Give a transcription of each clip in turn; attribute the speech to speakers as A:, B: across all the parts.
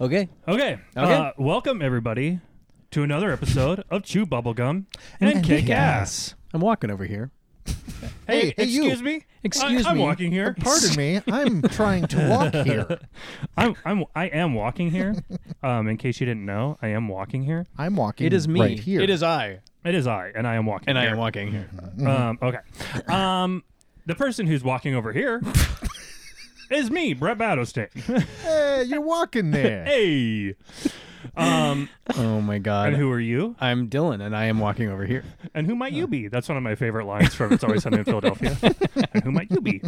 A: Okay.
B: Okay.
A: Okay.
B: Uh, welcome everybody to another episode of Chew Bubblegum and Kick Ass.
A: I'm walking over here.
C: Hey, hey, you.
D: excuse me.
A: Excuse
B: I, am
A: me.
B: walking here.
C: Pardon me, I'm trying to walk here.
B: I'm, I'm I am walking here. Um, in case you didn't know, I am walking here.
C: I'm walking.
A: It is me.
C: Right here.
D: It is I,
B: It is I, and I am walking.
D: and I
B: here.
D: am walking here.
B: Um, okay. Um, the person who's walking over here is me, Brett Battostain.
C: Hey, you're walking there.
B: hey. Um,
D: Oh my god.
B: and who are you?
D: I'm Dylan, and I am walking over here.
B: And who might you be? That's one of my favorite lines from It's Always Sunny in Philadelphia. and who might you be?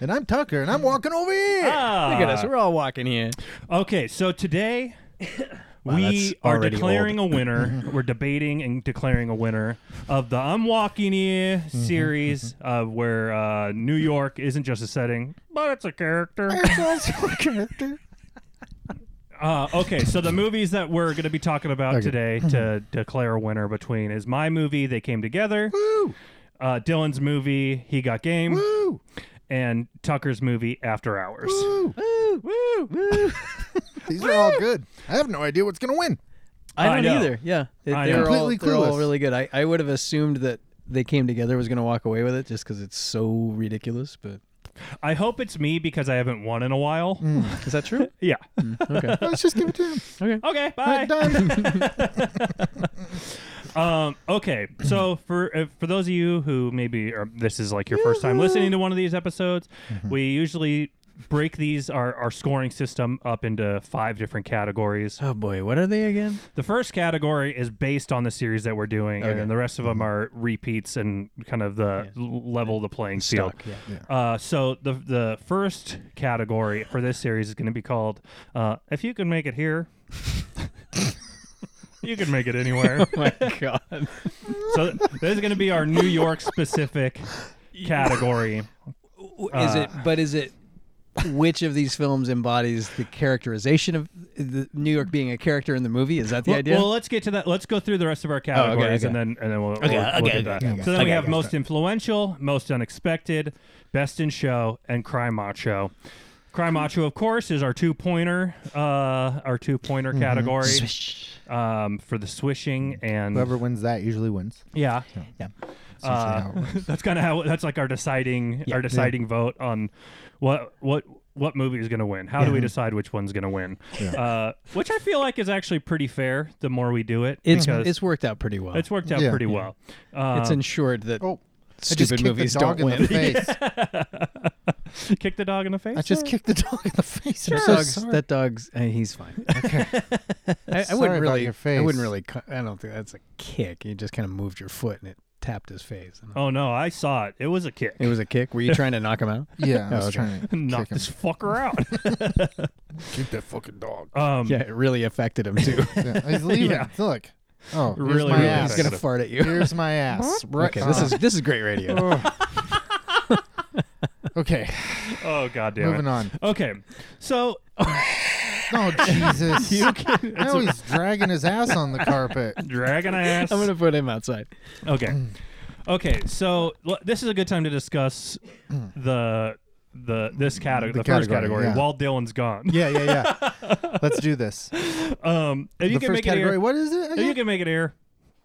C: And I'm Tucker, and I'm walking over here.
B: Ah.
D: Look at us. We're all walking here.
B: Okay, so today
D: that's
B: we are
D: already
B: declaring a winner. We're debating and declaring a winner of the I'm Walking Here
D: Mm-hmm,
B: series, uh, where uh, New York isn't just a setting, but it's a character.
C: character.
B: Uh, okay, so the movies that we're going to be talking about
C: Okay.
B: today to declare a winner between is my movie, They Came Together,
C: Woo,
B: uh, Dylan's movie, He Got Game,
C: woo,
B: and Tucker's movie, After Hours.
C: woo.
B: Woo!
C: These are all good. I have no idea what's gonna win.
D: I
B: I
D: don't
B: know.
D: either. Yeah. They,
B: I
D: they
B: know.
D: were all,
C: Completely
D: they're all
C: clueless.
D: really good. I, I would have assumed that they came together was going to walk away with it just because it's so ridiculous. But
B: I hope it's me because I haven't won in a while.
D: is that true?
B: Yeah.
D: Mm. okay.
C: Let's just give it to him.
B: Okay,
C: All
B: bye.
C: right, done.
B: Um, okay, so for uh, for those of you who maybe are, this is like your first time listening to one of these episodes, we usually break these our, our scoring system up into five different categories.
D: Oh boy, what are they again?
B: The first category is based on the series that we're doing, and then the rest of them are repeats and kind of the l- level the playing field.
D: Stock, yeah.
B: Uh, so the the first category for this series is going to be called uh, "If You Can Make It Here." You can make it anywhere.
D: My God.
B: So this is going to be our New York specific category.
D: is it? But is it? Which of these films embodies the characterization of the New York being a character in the movie? Is that the
B: Well,
D: idea? Oh,
B: well, let's get to that. Let's go through the rest of our categories,
D: okay.
B: and then and then we'll, we'll, we'll get that. So then we have most influential, most unexpected, best in show, and cry macho.
D: Hmm.
B: Cry macho, of course, is our two pointer, uh, our two pointer
D: Mm-hmm.
B: category um, for the swishing and
C: Whoever wins that usually wins.
B: yeah,
C: Yeah.
D: Ah.
B: Uh, that's kind of how that's like our deciding our deciding vote on what what what movie is going to win. How do we decide which one's going to win? Uh, which I feel like is actually pretty fair. The more we do it,
D: it's
B: because
D: it's worked out pretty well.
B: it's worked out
C: Yeah.
B: pretty well. Uh,
D: it's ensured that
C: Oh, I just
D: stupid
C: kicked
D: movies
C: the dog
D: don't
C: in
D: win.
C: The face.
B: kick the dog in the face.
C: I just
B: or-
C: kicked the dog in the face. I'm
D: That
C: so
D: dog's,
C: sorry.
D: that dog's uh, he's fine.
C: Okay.
D: I, I
C: Sorry
D: wouldn't
C: about
D: really.
C: your face.
D: I wouldn't really. cu- I don't think that's a kick. You just kind of moved your foot and it tapped his face. And
B: Oh no, I saw it. It was a kick.
D: It was a kick. Were you trying to knock him out?
C: Yeah, I
D: Oh,
C: was
D: okay.
C: trying to
B: Knock
C: knock him.
B: this fucker out.
C: Keep that fucking dog.
B: Um,
D: Yeah, it really affected him too.
C: Yeah, he's leaving.
B: Yeah.
C: Look. Oh, here's
B: Really,
C: my
B: really
C: ass.
D: he's gonna
B: Affected him.
D: fart at you.
C: Here's my ass. Right.
D: Okay, this
C: uh,
D: is this is great radio.
C: oh. okay,
B: Oh god damn
C: moving
B: it.
C: on.
B: Okay, so
C: Oh Jesus! now he's dragging his ass on the carpet.
B: dragon ass.
D: I'm gonna put him outside.
B: Okay.
C: Mm.
B: Okay, so l- this is a good time to discuss the the this category, the,
C: Mm. The
B: first
C: category,
B: category,
C: yeah.
B: while Dylan's gone.
C: Yeah, yeah, yeah. Let's do this.
B: Um, if you can
C: the first
B: make it
C: category.
B: here,
C: What is it?
B: if you
C: again?
B: can make it here,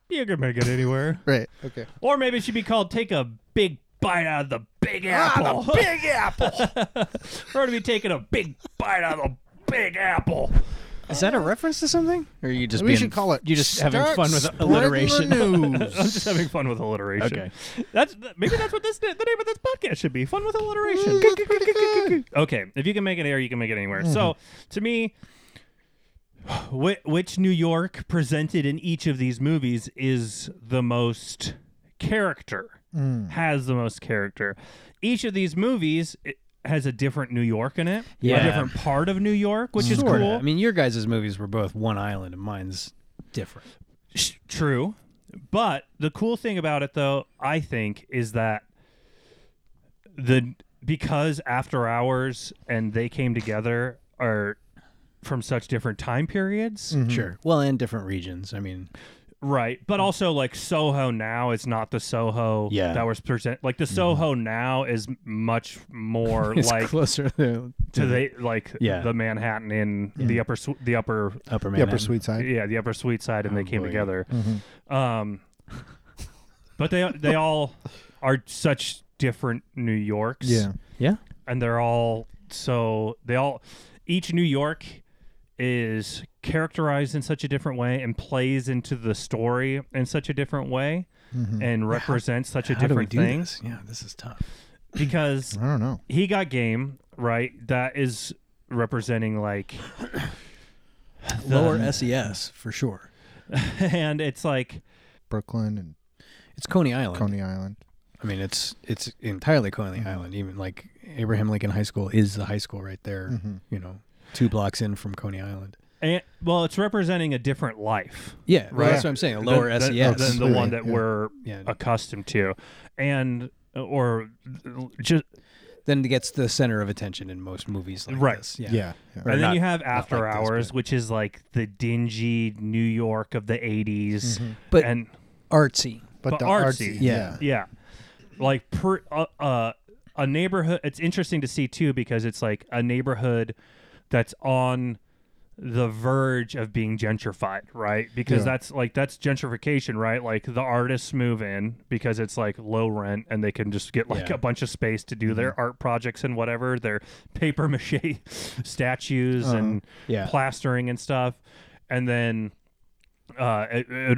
B: you can make it anywhere.
C: Right. Okay.
B: or maybe it should be called "Take a Big Bite Out of the Big Apple."
C: Ah, Big apple.
B: We're gonna be taking a big bite out of the Big Apple.
D: Is that a reference to something? Or are you just
C: we
D: being,
C: should call it.
D: You just having
C: Start
D: fun with
C: Spreading the
D: alliteration.
B: I'm
C: news.
B: just having fun with alliteration.
D: Okay.
B: That's maybe that's what this the name of this podcast should be. Fun with alliteration.
C: Mm, that's pretty good.
B: okay, if you can make it here, you can make it anywhere. So,
D: Mm-hmm.
B: to me, which, which New York presented in each of these movies is the most character,
D: Mm.
B: has the most character. Each of these movies i- has a different New York in it, a
D: Yeah.
B: different part of New York, which is
D: Sorta.
B: cool.
D: I mean, your guys' movies were both one island, and mine's different.
B: Sh- True. But the cool thing about it though, I think, is that the because after hours and they came together are from such different time periods.
A: Mm.
D: Sure. Well, and different regions. I mean,
B: Right, but also like Soho now is not the Soho
A: Yeah. Mm-hmm.
B: that was present. Like the Soho now is much more
D: It's
B: like
D: closer to
B: to the like
A: Yeah.
B: the Manhattan in the upper su- the upper
A: Upper
C: The upper
A: Manhattan.
C: sweet side.
B: yeah the upper sweet side, and they came
A: boy.
B: together. Um, but they they all are such different New Yorks.
C: Yeah.
A: Yeah.
B: and they're all so they all each New York is characterized in such a different way and plays into the story in such a different way and represents such a
D: How do we
B: different
D: do
B: thing
D: this? Yeah, this is tough.
B: because
C: I don't know.
B: he got game right that is representing like the-
D: Lower SES for sure.
B: and it's like
C: Brooklyn and
D: It's Coney Island.
C: Coney Island.
D: I mean, it's it's entirely Coney Island. Even like Abraham Lincoln High School is the high school right there. You know, two blocks in from Coney Island.
B: and, well it's representing a different life
D: Yeah, well,
B: Right.
D: that's what I'm saying. A lower E
B: than, than-
D: SES.
B: than the
C: Absolutely,
B: one that
C: yeah.
B: we're
D: Yeah.
B: accustomed to and or just
D: then it gets the center of attention in most movies like
B: Right.
D: this. Yeah.
C: Yeah. yeah.
B: and then
D: not-
B: you have After
D: like this,
B: Hours,
D: but-
B: which is like the dingy New York of the 80s
C: Mm-hmm.
D: But-
B: and
D: Artsy.
B: but
C: the
B: artsy.
D: Yeah.
B: yeah, like per, uh, uh, a neighborhood. It's interesting to see too because it's like a neighborhood that's on the verge of being gentrified, right? Because
C: Yeah.
B: that's like that's gentrification, right? Like the artists move in because it's like low rent and they can just get like
A: Yeah.
B: a bunch of space to do their art projects and whatever, their paper mache statues and
A: Yeah.
B: plastering and stuff. And then uh, it, it,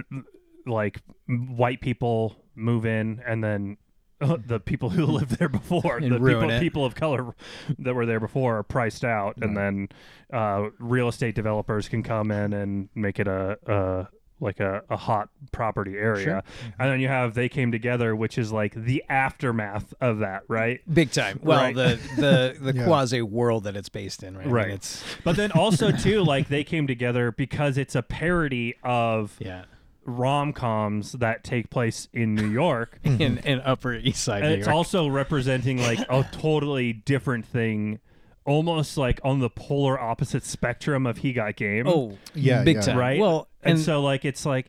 B: like m- white people move in, and then uh, the people who lived there before,
D: And
B: the
D: ruin
B: people,
D: it.
B: people of color that were there before, are priced out, and then uh, real estate developers can come in and make it a. a like a, a hot property area. And then you have They Came Together, which is like the aftermath of that, right?
D: Big time. Well,
B: Right.
D: the the the
C: Yeah.
D: quasi world that it's based in, right? I mean,
B: Right.
D: it's
B: But then also, too, like They Came Together because it's a parody of
A: Yeah.
B: rom coms that take place in New York. and
D: in, in Upper East Side. New
B: Hmm. it's
D: York.
B: also representing like a totally different thing, almost like on the polar opposite spectrum of He Got Game.
D: oh
C: Yeah,
D: big
C: yeah.
D: time.
B: right.
D: Well,
B: and,
D: and,
B: so like it's like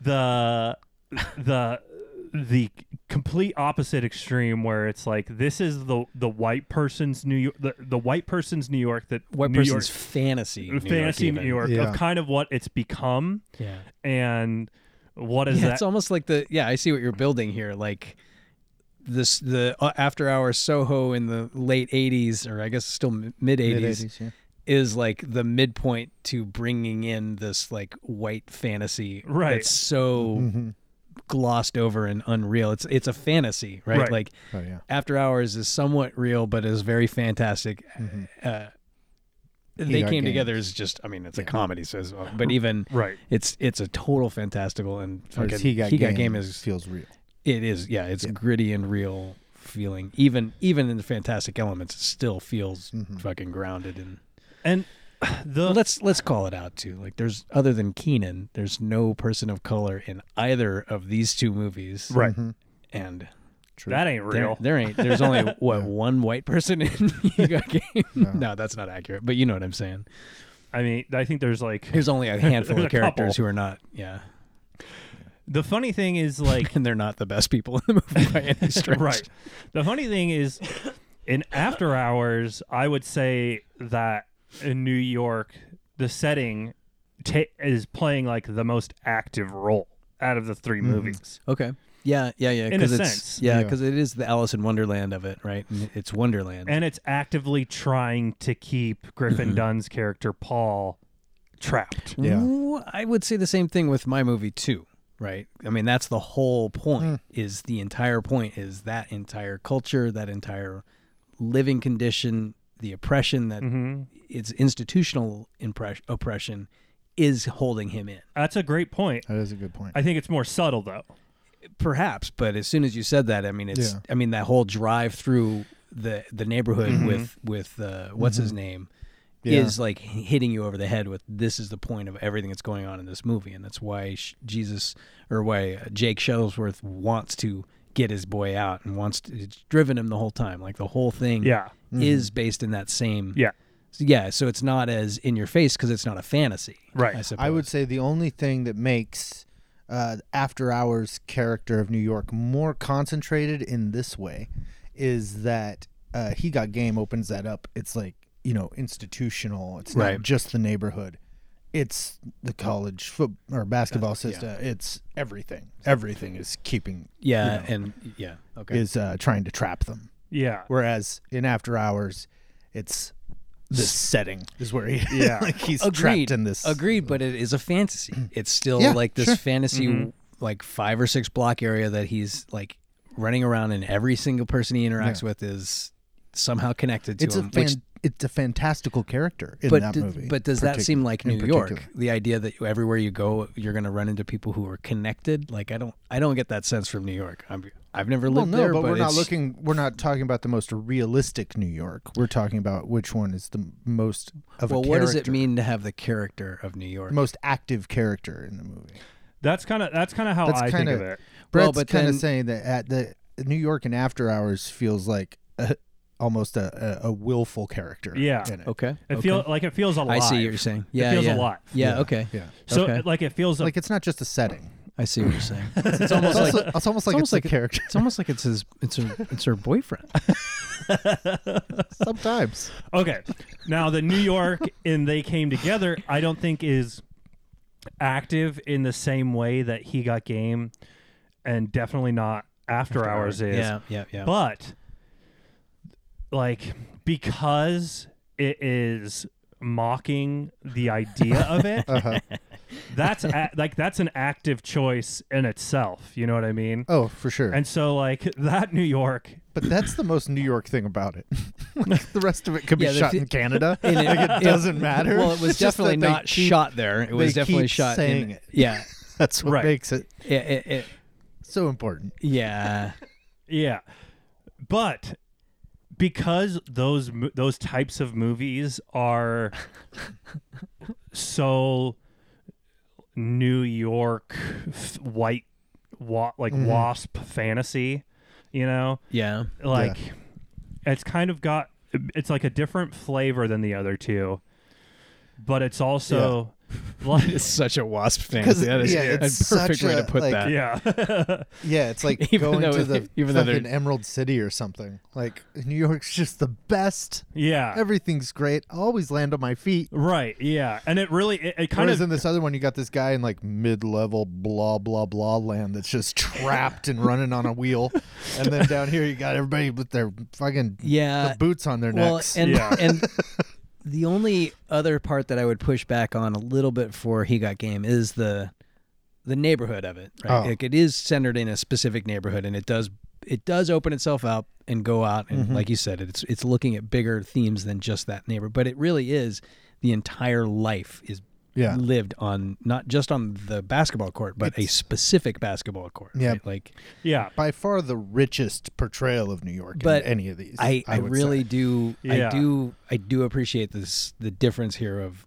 B: the the the complete opposite extreme where it's like this is the the white person's New York the, the white person's New York that
D: white
B: New York
D: person's fantasy. New
B: fantasy
D: York, even.
B: New York
C: Yeah.
B: of kind of what it's become
A: Yeah.
B: and what is
D: yeah,
B: that
D: it's almost like the yeah i see what you're building here like this the uh, after hour soho in the late 80s or i guess still mid 80s
C: yeah.
D: is like the midpoint to bringing in this like white fantasy
B: Right.
D: that's so
C: Mm-hmm.
D: glossed over and unreal it's it's a fantasy right,
B: Right.
D: like
C: Oh yeah.
D: after hours is somewhat real but is very fantastic uh, they
C: Eat our
D: came
C: Mm-hmm. games.
D: together is just i mean it's a comedy so it's, but even
B: right
D: it's it's a total fantastical and
C: Whereas
D: fucking
C: he got game,
D: is
C: feels real.
D: it is yeah it's gritty and real feeling even even in the fantastic elements it still feels
C: Mm-hmm.
D: fucking grounded and
B: and the
D: let's let's call it out too like there's other than Keenan there's no person of color in either of these two movies
B: right
D: and
B: that ain't
D: there,
B: real
D: there ain't there's only what one white person in you got game no that's not accurate but you know what I'm saying
B: I mean I think there's like
D: there's only a handful
B: There's
D: of
B: a couple.
D: characters who are not yeah
B: the funny thing is like
D: and they're not the best people in the movie by any stretch
B: right the funny thing is in after hours I would say that in New York the setting ta- is playing like the most active role out of the 3
D: Mm-hmm.
B: movies
D: Okay. Yeah, yeah, yeah.
B: In
D: 'cause
B: a
D: it's,
B: sense.
D: yeah,
C: Yeah.
D: because it is the Alice in Wonderland of it, right? And It's Wonderland.
B: and it's actively trying to keep
D: Mm-hmm.
B: Griffin Dunn's character Paul trapped
C: Yeah.
D: Ooh, I would say the same thing with my movie too, right? I mean, that's the whole point. Is the entire point is that entire culture, that entire living condition, the oppression
B: Mm-hmm.
D: that it's institutional impress- oppression is holding him in.
B: that's a great point
C: That is a good point.
B: I think it's more subtle though
D: perhaps but as soon as you said that i mean it's
C: Yeah.
D: i mean that whole drive through the the neighborhood
B: Mm-hmm.
D: with with uh, what's his name
C: Yeah.
D: is like hitting you over the head with this is the point of everything that's going on in this movie and that's why sh- jesus or why uh, jake shuttlesworth wants to get his boy out and wants to it's driven him the whole time like the whole thing
B: Yeah.
D: is based in that same
B: yeah
D: So, yeah so it's not as in your face because it's not a fantasy
B: Right.
D: i
B: I
D: suppose
C: I would say the only thing that makes uh, after hours character of New York more concentrated in this way is that uh, he got game opens that up. It's like you know institutional. It's
D: Right.
C: not just the neighborhood. It's the college foot or basketball system. It's everything. Everything is keeping
D: Yeah, and yeah, okay.
C: is uh, trying to trap them.
B: Yeah.
C: Whereas in After Hours, it's this setting is where he
B: Yeah.
C: like he's
D: agreed.
C: trapped in this.
D: Agreed, but it is a fantasy. It's still
C: Yeah,
D: like this
C: sure.
D: fantasy,
B: Mm-hmm.
D: like five or six block area that he's like running around, and every single person he interacts with is somehow connected to
C: It's a
D: him.
C: fan,
D: which-
C: it's a fantastical character in
D: but
C: that
D: d-
C: movie.
D: but does that
C: partic-
D: seem like
C: in
D: New York?
C: particular.
D: The idea that everywhere you go, you're going to run into people who are connected. Like I don't, I don't get that sense from New York. I'm, I've never
C: Well,
D: lived
C: no,
D: there,
C: but, we're not
D: it's-
C: looking. We're not talking about the most realistic New York. We're talking about which one is the most of
D: Well,
C: a
D: what does it
C: character,
D: mean to have the character of New York?
C: Most active character in the movie.
B: That's kind of that's kind of how
C: That's
B: I think
C: kinda-
B: of it.
C: Brett's
D: Well, but
C: kind of
D: then-
C: saying that at the New York and After Hours feels like a, almost a, a, a willful character.
B: Yeah.
C: in it.
D: Okay,
B: It
D: okay.
B: feel like it feels alive.
D: I see what you're saying. Yeah,
B: feels
D: yeah.
B: alive.
D: Yeah, okay.
C: Yeah.
B: So
D: Okay.
B: like it feels
C: Like it's not just a setting.
D: I see what you're saying. It's almost like
C: It's, also, it's almost like
D: almost
C: it's,
D: like
C: a
D: it-
C: character.
D: it's almost like it's his it's her it's her boyfriend.
C: Sometimes.
B: Okay. Now the New York and they came together, I don't think is active in the same way that he got game and definitely not after, hours is.
D: Yeah, yeah, yeah.
B: But like because it is mocking the idea of it,
C: Uh-huh.
B: that's a, like that's an active choice in itself, you know what I mean?
C: Oh, for sure.
B: And so like that New York
C: but that's the most New York thing about it. Like, the rest of it could be
D: Yeah, they
C: shot
D: fe-
C: in Canada.
D: And
C: like, it doesn't matter.
D: Well, it was
C: It's just
D: definitely
C: that they
D: not
C: keep-
D: shot there. It was
C: they
D: definitely
C: keep
D: shot
C: saying
D: in,
C: it.
D: Yeah,
C: That's what
B: Right.
C: makes it
D: yeah, it, it,
C: so important.
D: yeah.
B: Yeah, but because those mo- those types of movies are so New York f- white wa- like wasp fantasy, you know,
D: Yeah.
B: like it's kind of got it's like a different flavor than the other two, but it's also like
D: It's such a wasp
C: Because
D: fantasy. That is
C: yeah,
D: a
C: it's
D: perfect
C: such
D: way to
C: a,
D: put
C: like,
D: that.
B: yeah.
C: Yeah, it's like
D: Even
C: going
D: though-
C: to the
D: even though they're-
C: fucking Emerald City or something. Like New York's just the best.
B: yeah.
C: Everything's great. I always land on my feet.
B: Right, yeah, and it really it, it kind
C: Whereas
B: of
C: in this other one, you got this guy in like mid-level blah blah blah land that's just trapped and running on a wheel, and then down here you got everybody with their fucking
D: Yeah.
C: the boots on their
D: Well,
C: necks.
D: and
B: Yeah.
D: and the only other part that I would push back on a little bit for he got game is the the neighborhood of it. Right,
C: Oh.
D: like it is centered in a specific neighborhood, and it does it does open itself up and go out and
C: Mm-hmm.
D: like you said, it's it's looking at bigger themes than just that neighbor, but it really is the entire life is.
C: Yeah.
D: lived on not just on the basketball court but a specific basketball court
C: Yeah.
D: right? like
B: yeah,
C: By far the richest portrayal of New York
D: But
C: in any of these.
D: I, I,
C: would
D: really
C: say.
D: do
B: Yeah.
D: I do I do appreciate this the difference here of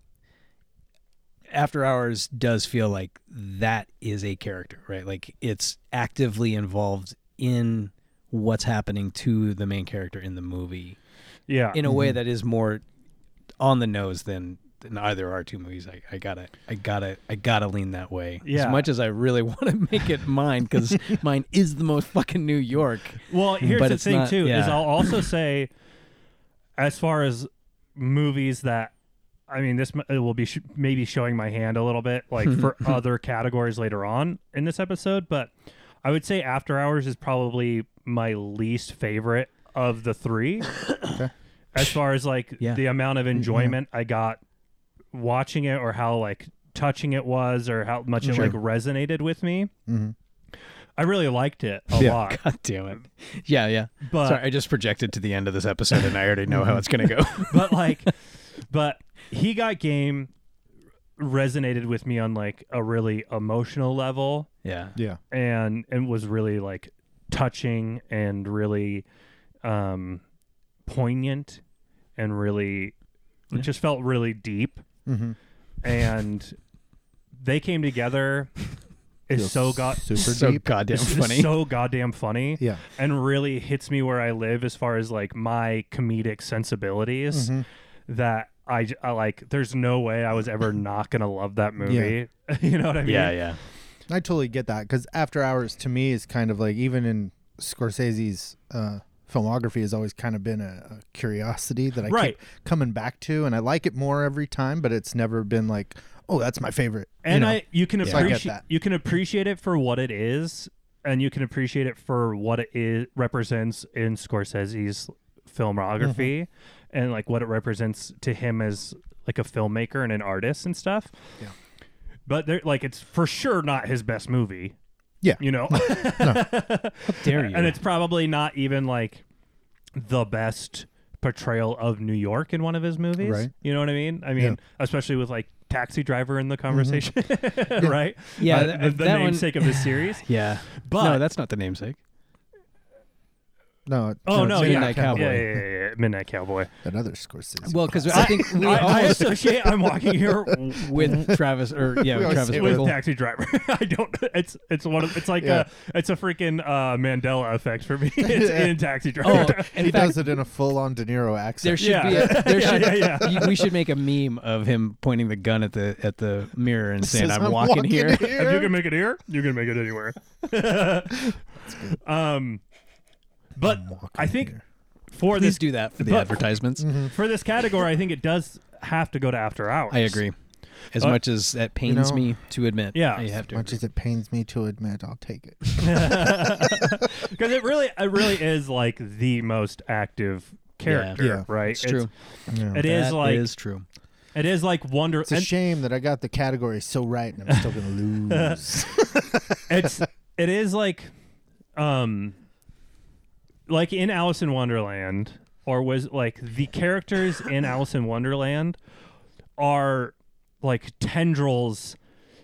D: After Hours does feel like that is a character, right? Like it's actively involved in what's happening to the main character in the movie
B: yeah.
D: in a way that is more on the nose than than either of our two movies. I, I gotta I gotta I gotta lean that way.
B: Yeah.
D: As much as I really want to make it mine because mine is the most fucking New York.
B: Well, here's
D: Hmm. But
B: the
D: it's
B: thing
D: not-
B: too is
D: yeah.
B: I'll also say, as far as movies that, I mean, this m- it will be sh- maybe showing my hand a little bit, like for other categories later on in this episode. But I would say After Hours is probably my least favorite of the three, as far as like
D: Yeah.
B: the amount of enjoyment I got watching it or how like touching it was or how much it like resonated with me.
D: Mm-hmm.
B: I really liked it a
C: Yeah.
B: lot,
D: God damn it. Yeah, yeah.
B: but
D: Sorry, I just projected to the end of this episode and I already know how it's going to go.
B: but like but he got game resonated with me on like a really emotional level
D: yeah.
C: yeah.
B: and and was really like touching and really um poignant and really it just felt really deep
C: Mhm.
B: and they came together is
C: Feels
B: so got
C: super
D: So
C: deep.
D: goddamn
B: it's
D: funny.
B: so goddamn funny
C: Yeah.
B: and really hits me where I live as far as like my comedic sensibilities
D: Mm-hmm.
B: that I, j- I, like there's no way I was ever not going to love that movie. you know what I mean?
D: yeah, yeah.
C: I totally get that because After Hours to me is kind of like even in Scorsese's uh, filmography has always kind of been a, a curiosity that I
B: Right.
C: keep coming back to, and I like it more every time. But it's never been like, oh, that's my favorite. you
B: and
C: know?
B: I you can
C: So I get
B: appreciate
C: that.
B: you can appreciate it for what it is, and you can appreciate it for what it is, represents in Scorsese's filmography,
C: Mm-hmm.
B: and like what it represents to him as like a filmmaker and an artist and stuff.
C: Yeah.
B: But there, like, it's for sure not his best movie.
C: Yeah.
B: you know,
D: Dare you?
B: and it's probably not even like the best portrayal of New York in one of his movies.
C: Right.
B: You know what I mean? I mean, especially with like Taxi Driver in the
C: Mm-hmm.
B: conversation, right?
D: Yeah,
B: Uh,
D: th-
B: the, the
D: that one-
B: namesake of the series.
D: yeah,
B: But-
D: no, that's not the namesake.
C: no,
B: Oh
C: it's
B: no,
D: Midnight
B: yeah.
D: Cowboy.
B: Yeah, yeah, yeah, yeah, Midnight Cowboy.
C: another Scorsese.
D: Well, because I think we
B: I, I
D: always
B: associate I'm walking here
D: with Travis or yeah,
C: We
D: with
C: always
D: Travis
C: say
B: with
D: Bickle.
B: Taxi Driver. I don't. It's it's one of it's like
C: Yeah.
B: a it's a freaking uh, Mandela effect for me. It's in Taxi Driver.
D: Oh, in
C: he
D: fact,
C: does it in a full-on De Niro accent.
D: there should
B: Yeah.
D: be a, there
B: Yeah,
D: should
B: yeah, yeah.
D: you- we should make a meme of him pointing the gun at the at the mirror and saying,
C: Says,
D: "I'm, walking, here."
B: If you can make it here, you can make it anywhere. um, but I think for
D: Please
B: this
D: do that for the
B: but- mm-hmm.
D: advertisements.
B: for this category, I think it does have to go to after hours.
D: I agree. As
B: Uh,
D: much as that pains
C: know-
D: me to admit,
B: Yeah.
D: I have to.
C: Much
D: agree.
C: as it pains me to admit, I'll take it.
B: because it really, it really is like the most active character,
C: Yeah.
B: right?
D: It's true.
C: Yeah.
B: It is
D: That
B: like
D: is true.
B: it is like wonder.
C: It's a
B: and
C: shame that I got the category so right, and I'm still gonna lose.
B: it's it is like, um, like in Alice in Wonderland, or was like the characters in Alice in Wonderland are like tendrils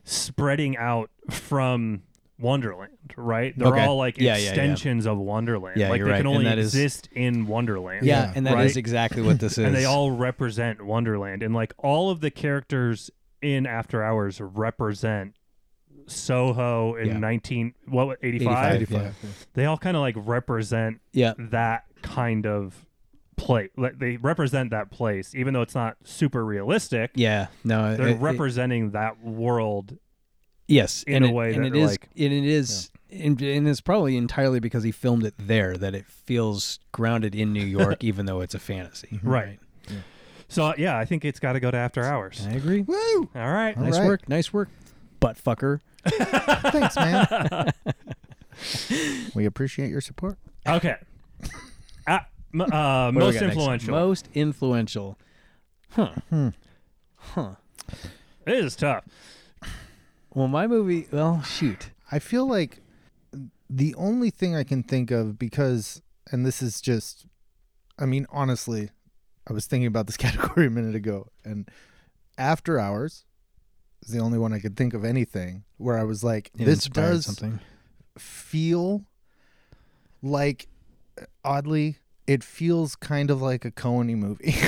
B: spreading out from Wonderland, right? They're
D: Okay.
B: all like
D: Yeah, yeah, yeah.
B: extensions of Wonderland.
D: Yeah,
B: like
D: you're
B: they
D: right,
B: can
D: and
B: only
D: that is-
B: exist in Wonderland.
D: Yeah,
C: Yeah.
D: and that is
B: Right?
D: exactly what this is.
B: and they all represent Wonderland, and like all of the characters in After Hours represent Soho in
D: Yeah.
B: nineteen what eighty
D: 85.
B: five.
D: Yeah.
B: They all kind of like represent
D: yeah.
B: that kind of play. Like, They represent that place, even though it's not super realistic.
D: Yeah, no,
B: They're
D: it- it-
B: representing that world.
D: yes,
B: in
D: and
B: a
D: it-
B: way
D: and it
B: that,
D: is,
B: like-
D: and it is, and, and it's probably entirely because he filmed it there that it feels grounded in New York, even though it's a fantasy.
B: Right. So uh, yeah, I think it's got to go to After Hours.
D: I agree.
C: Woo!
B: All right.
C: All
D: nice
C: right.
D: work, nice work, butt fucker.
C: Thanks, man. we appreciate your support.
B: Okay. Uh, m-
D: What
B: uh,
D: do we
B: most
D: got next?
B: influential.
D: Most influential. Huh. Huh.
B: it is tough.
D: Well, my movie. Well, shoot.
C: I feel like the only thing I can think of because, and this is just, I mean, honestly, I was thinking about this category a minute ago, and After Hours is the only one I could think of anything where I was like,
D: It
C: this
D: inspired
C: does uh,
D: something.
C: feel like, oddly, it feels kind of like a Coeny movie.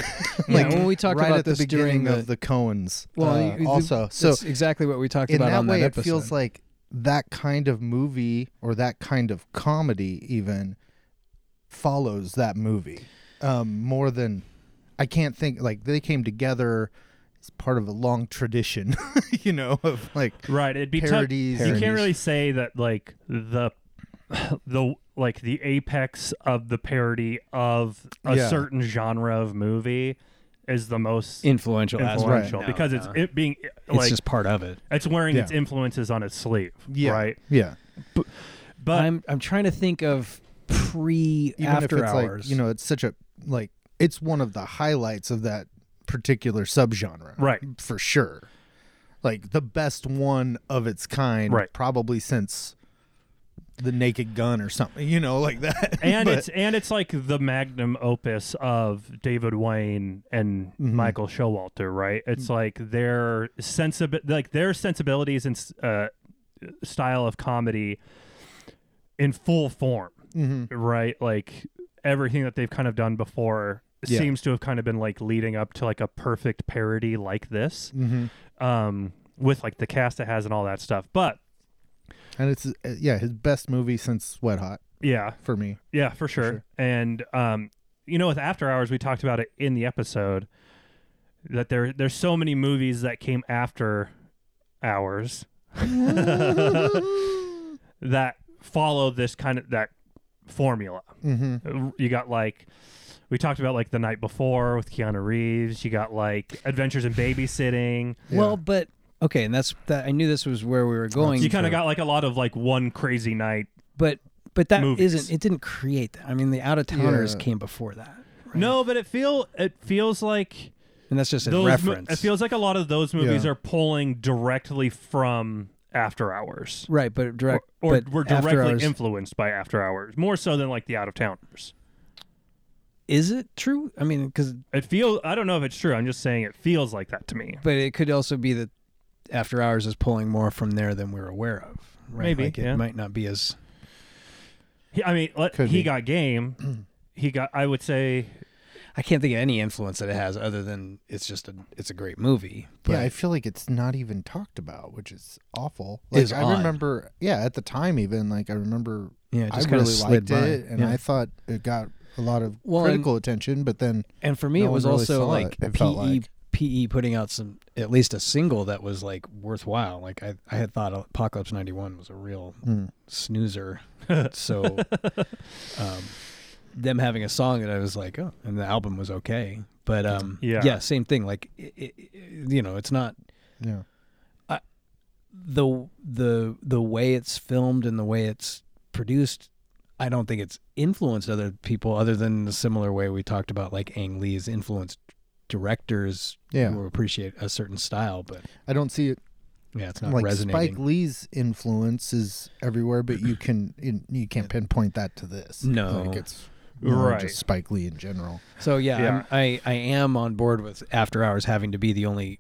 D: Like when we talked
C: right
D: about
C: at the
D: this
C: beginning
D: during
C: of the Coens.
D: Well,
C: uh,
D: you-
C: also, so
D: That's exactly what we talked
C: in
D: about
C: that
D: on
C: way
D: that
C: it
D: episode.
C: feels like that kind of movie or that kind of comedy even follows that movie um, more than i can't think like they came together as part of a long tradition you know of like
B: Right. It'd be tough-
C: Parodies.
B: You can't
C: Parodies.
B: really say that like the the like the apex of the parody of a
C: Yeah.
B: certain genre of movie is the most
D: influential. as well.
B: influential
D: No,
B: because it's
D: no.
B: it being
D: It's
B: like
D: just part of it.
B: it's wearing
C: Yeah.
B: its influences on its sleeve.
C: yeah
B: Right.
C: yeah
B: But
D: I'm I'm trying to think of pre
C: even
D: after
C: if it's
D: hours.
C: like you know it's such a like it's one of the highlights of that particular subgenre
B: Right.
C: for sure like the best one of its kind
B: Right.
C: probably since the naked gun or something you know like that
B: and
C: But-
B: it's and it's like the magnum opus of David Wayne and
C: Mm-hmm.
B: Michael Showalter, right? It's
C: Mm.
B: like their sensibi- like their sensibilities and s- uh, style of comedy in full form,
C: Mm-hmm.
B: right? Like everything that they've kind of done before
C: Yeah.
B: seems to have kind of been like leading up to like a perfect parody like this,
C: Mm-hmm.
B: um, with like the cast it has and all that stuff. But
C: and it's uh, yeah his best movie since sweat hot
B: yeah,
C: for me
B: Yeah, for sure.
C: sure.
B: And um, you know, with After Hours, we talked about it in the episode that there there's so many movies that came after Hours that follow this kind of that formula. Mm-hmm. You got like we talked about like the night before with Keanu Reeves. You got like Adventures in Babysitting.
D: Well, but okay, and that's that. I knew this was where we were going.
B: You kind of
D: for-
B: got like a lot of like one crazy night.
D: but but that
B: movies.
D: not It didn't create that. I mean, the out of towners
C: Yeah.
D: came before that, right?
B: No, but it feel it feels like
D: and that's just a
B: those. mo-
D: reference.
B: it feels like a lot of those movies
C: Yeah.
B: are pulling directly from After Hours.
D: right, but direct
B: or
D: but
B: were
D: After
B: directly
D: Hours-
B: influenced by After Hours, more so than like the Out of Towners.
D: Is it true? I mean, because
B: It feels I don't know if it's true. I'm just saying it feels like that to me.
D: but it could also be that After Hours is pulling more from there than we're aware of. Right?
B: Maybe,
D: like it
B: yeah.
D: might not be as
B: He, I mean, let,
C: Could
B: he
C: be.
B: got game. he got. I would say
D: I can't think of any influence that it has other than it's just a it's a great movie. But
C: yeah, I feel like it's not even talked about, which is awful. Like
D: Is
C: I
D: odd.
C: remember, yeah, at the time even like I remember,
D: Yeah, it just
C: I
D: kinda
C: really
D: slid
C: liked
D: by.
C: it, and
D: Yeah.
C: I thought it got a lot of
D: Well, and-
C: critical attention, but then
D: and for me
C: No
D: it
C: one
D: was
C: really
D: also
C: saw
D: like
C: it, it
D: PE
C: felt like.
D: PE E putting out some at least a single that was like worthwhile. Like I I had thought Apocalypse 91 was a real
C: Mm.
D: snoozer. so um them having a song that I was like, oh, and the album was okay. But um
B: Yeah.
D: yeah same thing like it, it, it- you know, it's not
C: yeah,
D: the the the way it's filmed and the way it's produced, I don't think it's influenced other people other than the similar way we talked about like Ang Lee's influenced directors
C: Yeah.
D: who appreciate a certain style, but
C: I don't see it
D: yeah, it's not
C: like
D: resonating.
C: Spike Lee's influence is everywhere, but you can you, you can't pinpoint that to this.
D: No.
C: like it's more
B: Right.
C: just Spike Lee in general.
D: So yeah,
B: Yeah.
D: I'm- I I am on board with After Hours having to be the only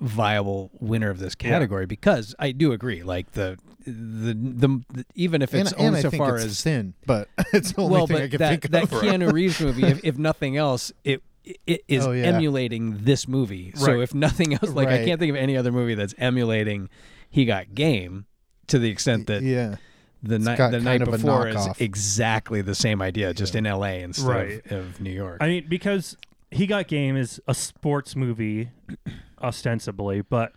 D: viable winner of this category because I do agree like the the the, the even if it's
C: and, and
D: only
C: I
D: so
C: think
D: far
C: it's
D: as
C: thin, but it's the only
D: well,
C: thing
D: but
C: I can
D: that,
C: think
D: that
C: of.
D: Keanu Reeves movie, if, if nothing else, it it is
C: Oh, yeah.
D: emulating this movie.
B: Right.
D: So if nothing else, like I
C: Right.
D: can't think of any other movie that's emulating He Got Game to the extent that
C: yeah,
D: the night
C: got
D: the
C: kind
D: night
C: of a
D: before is
C: knockoff.
D: exactly the same idea, just in L.A. instead
B: Right.
D: of, of New York.
B: I mean because he got game is a sports movie, ostensibly, but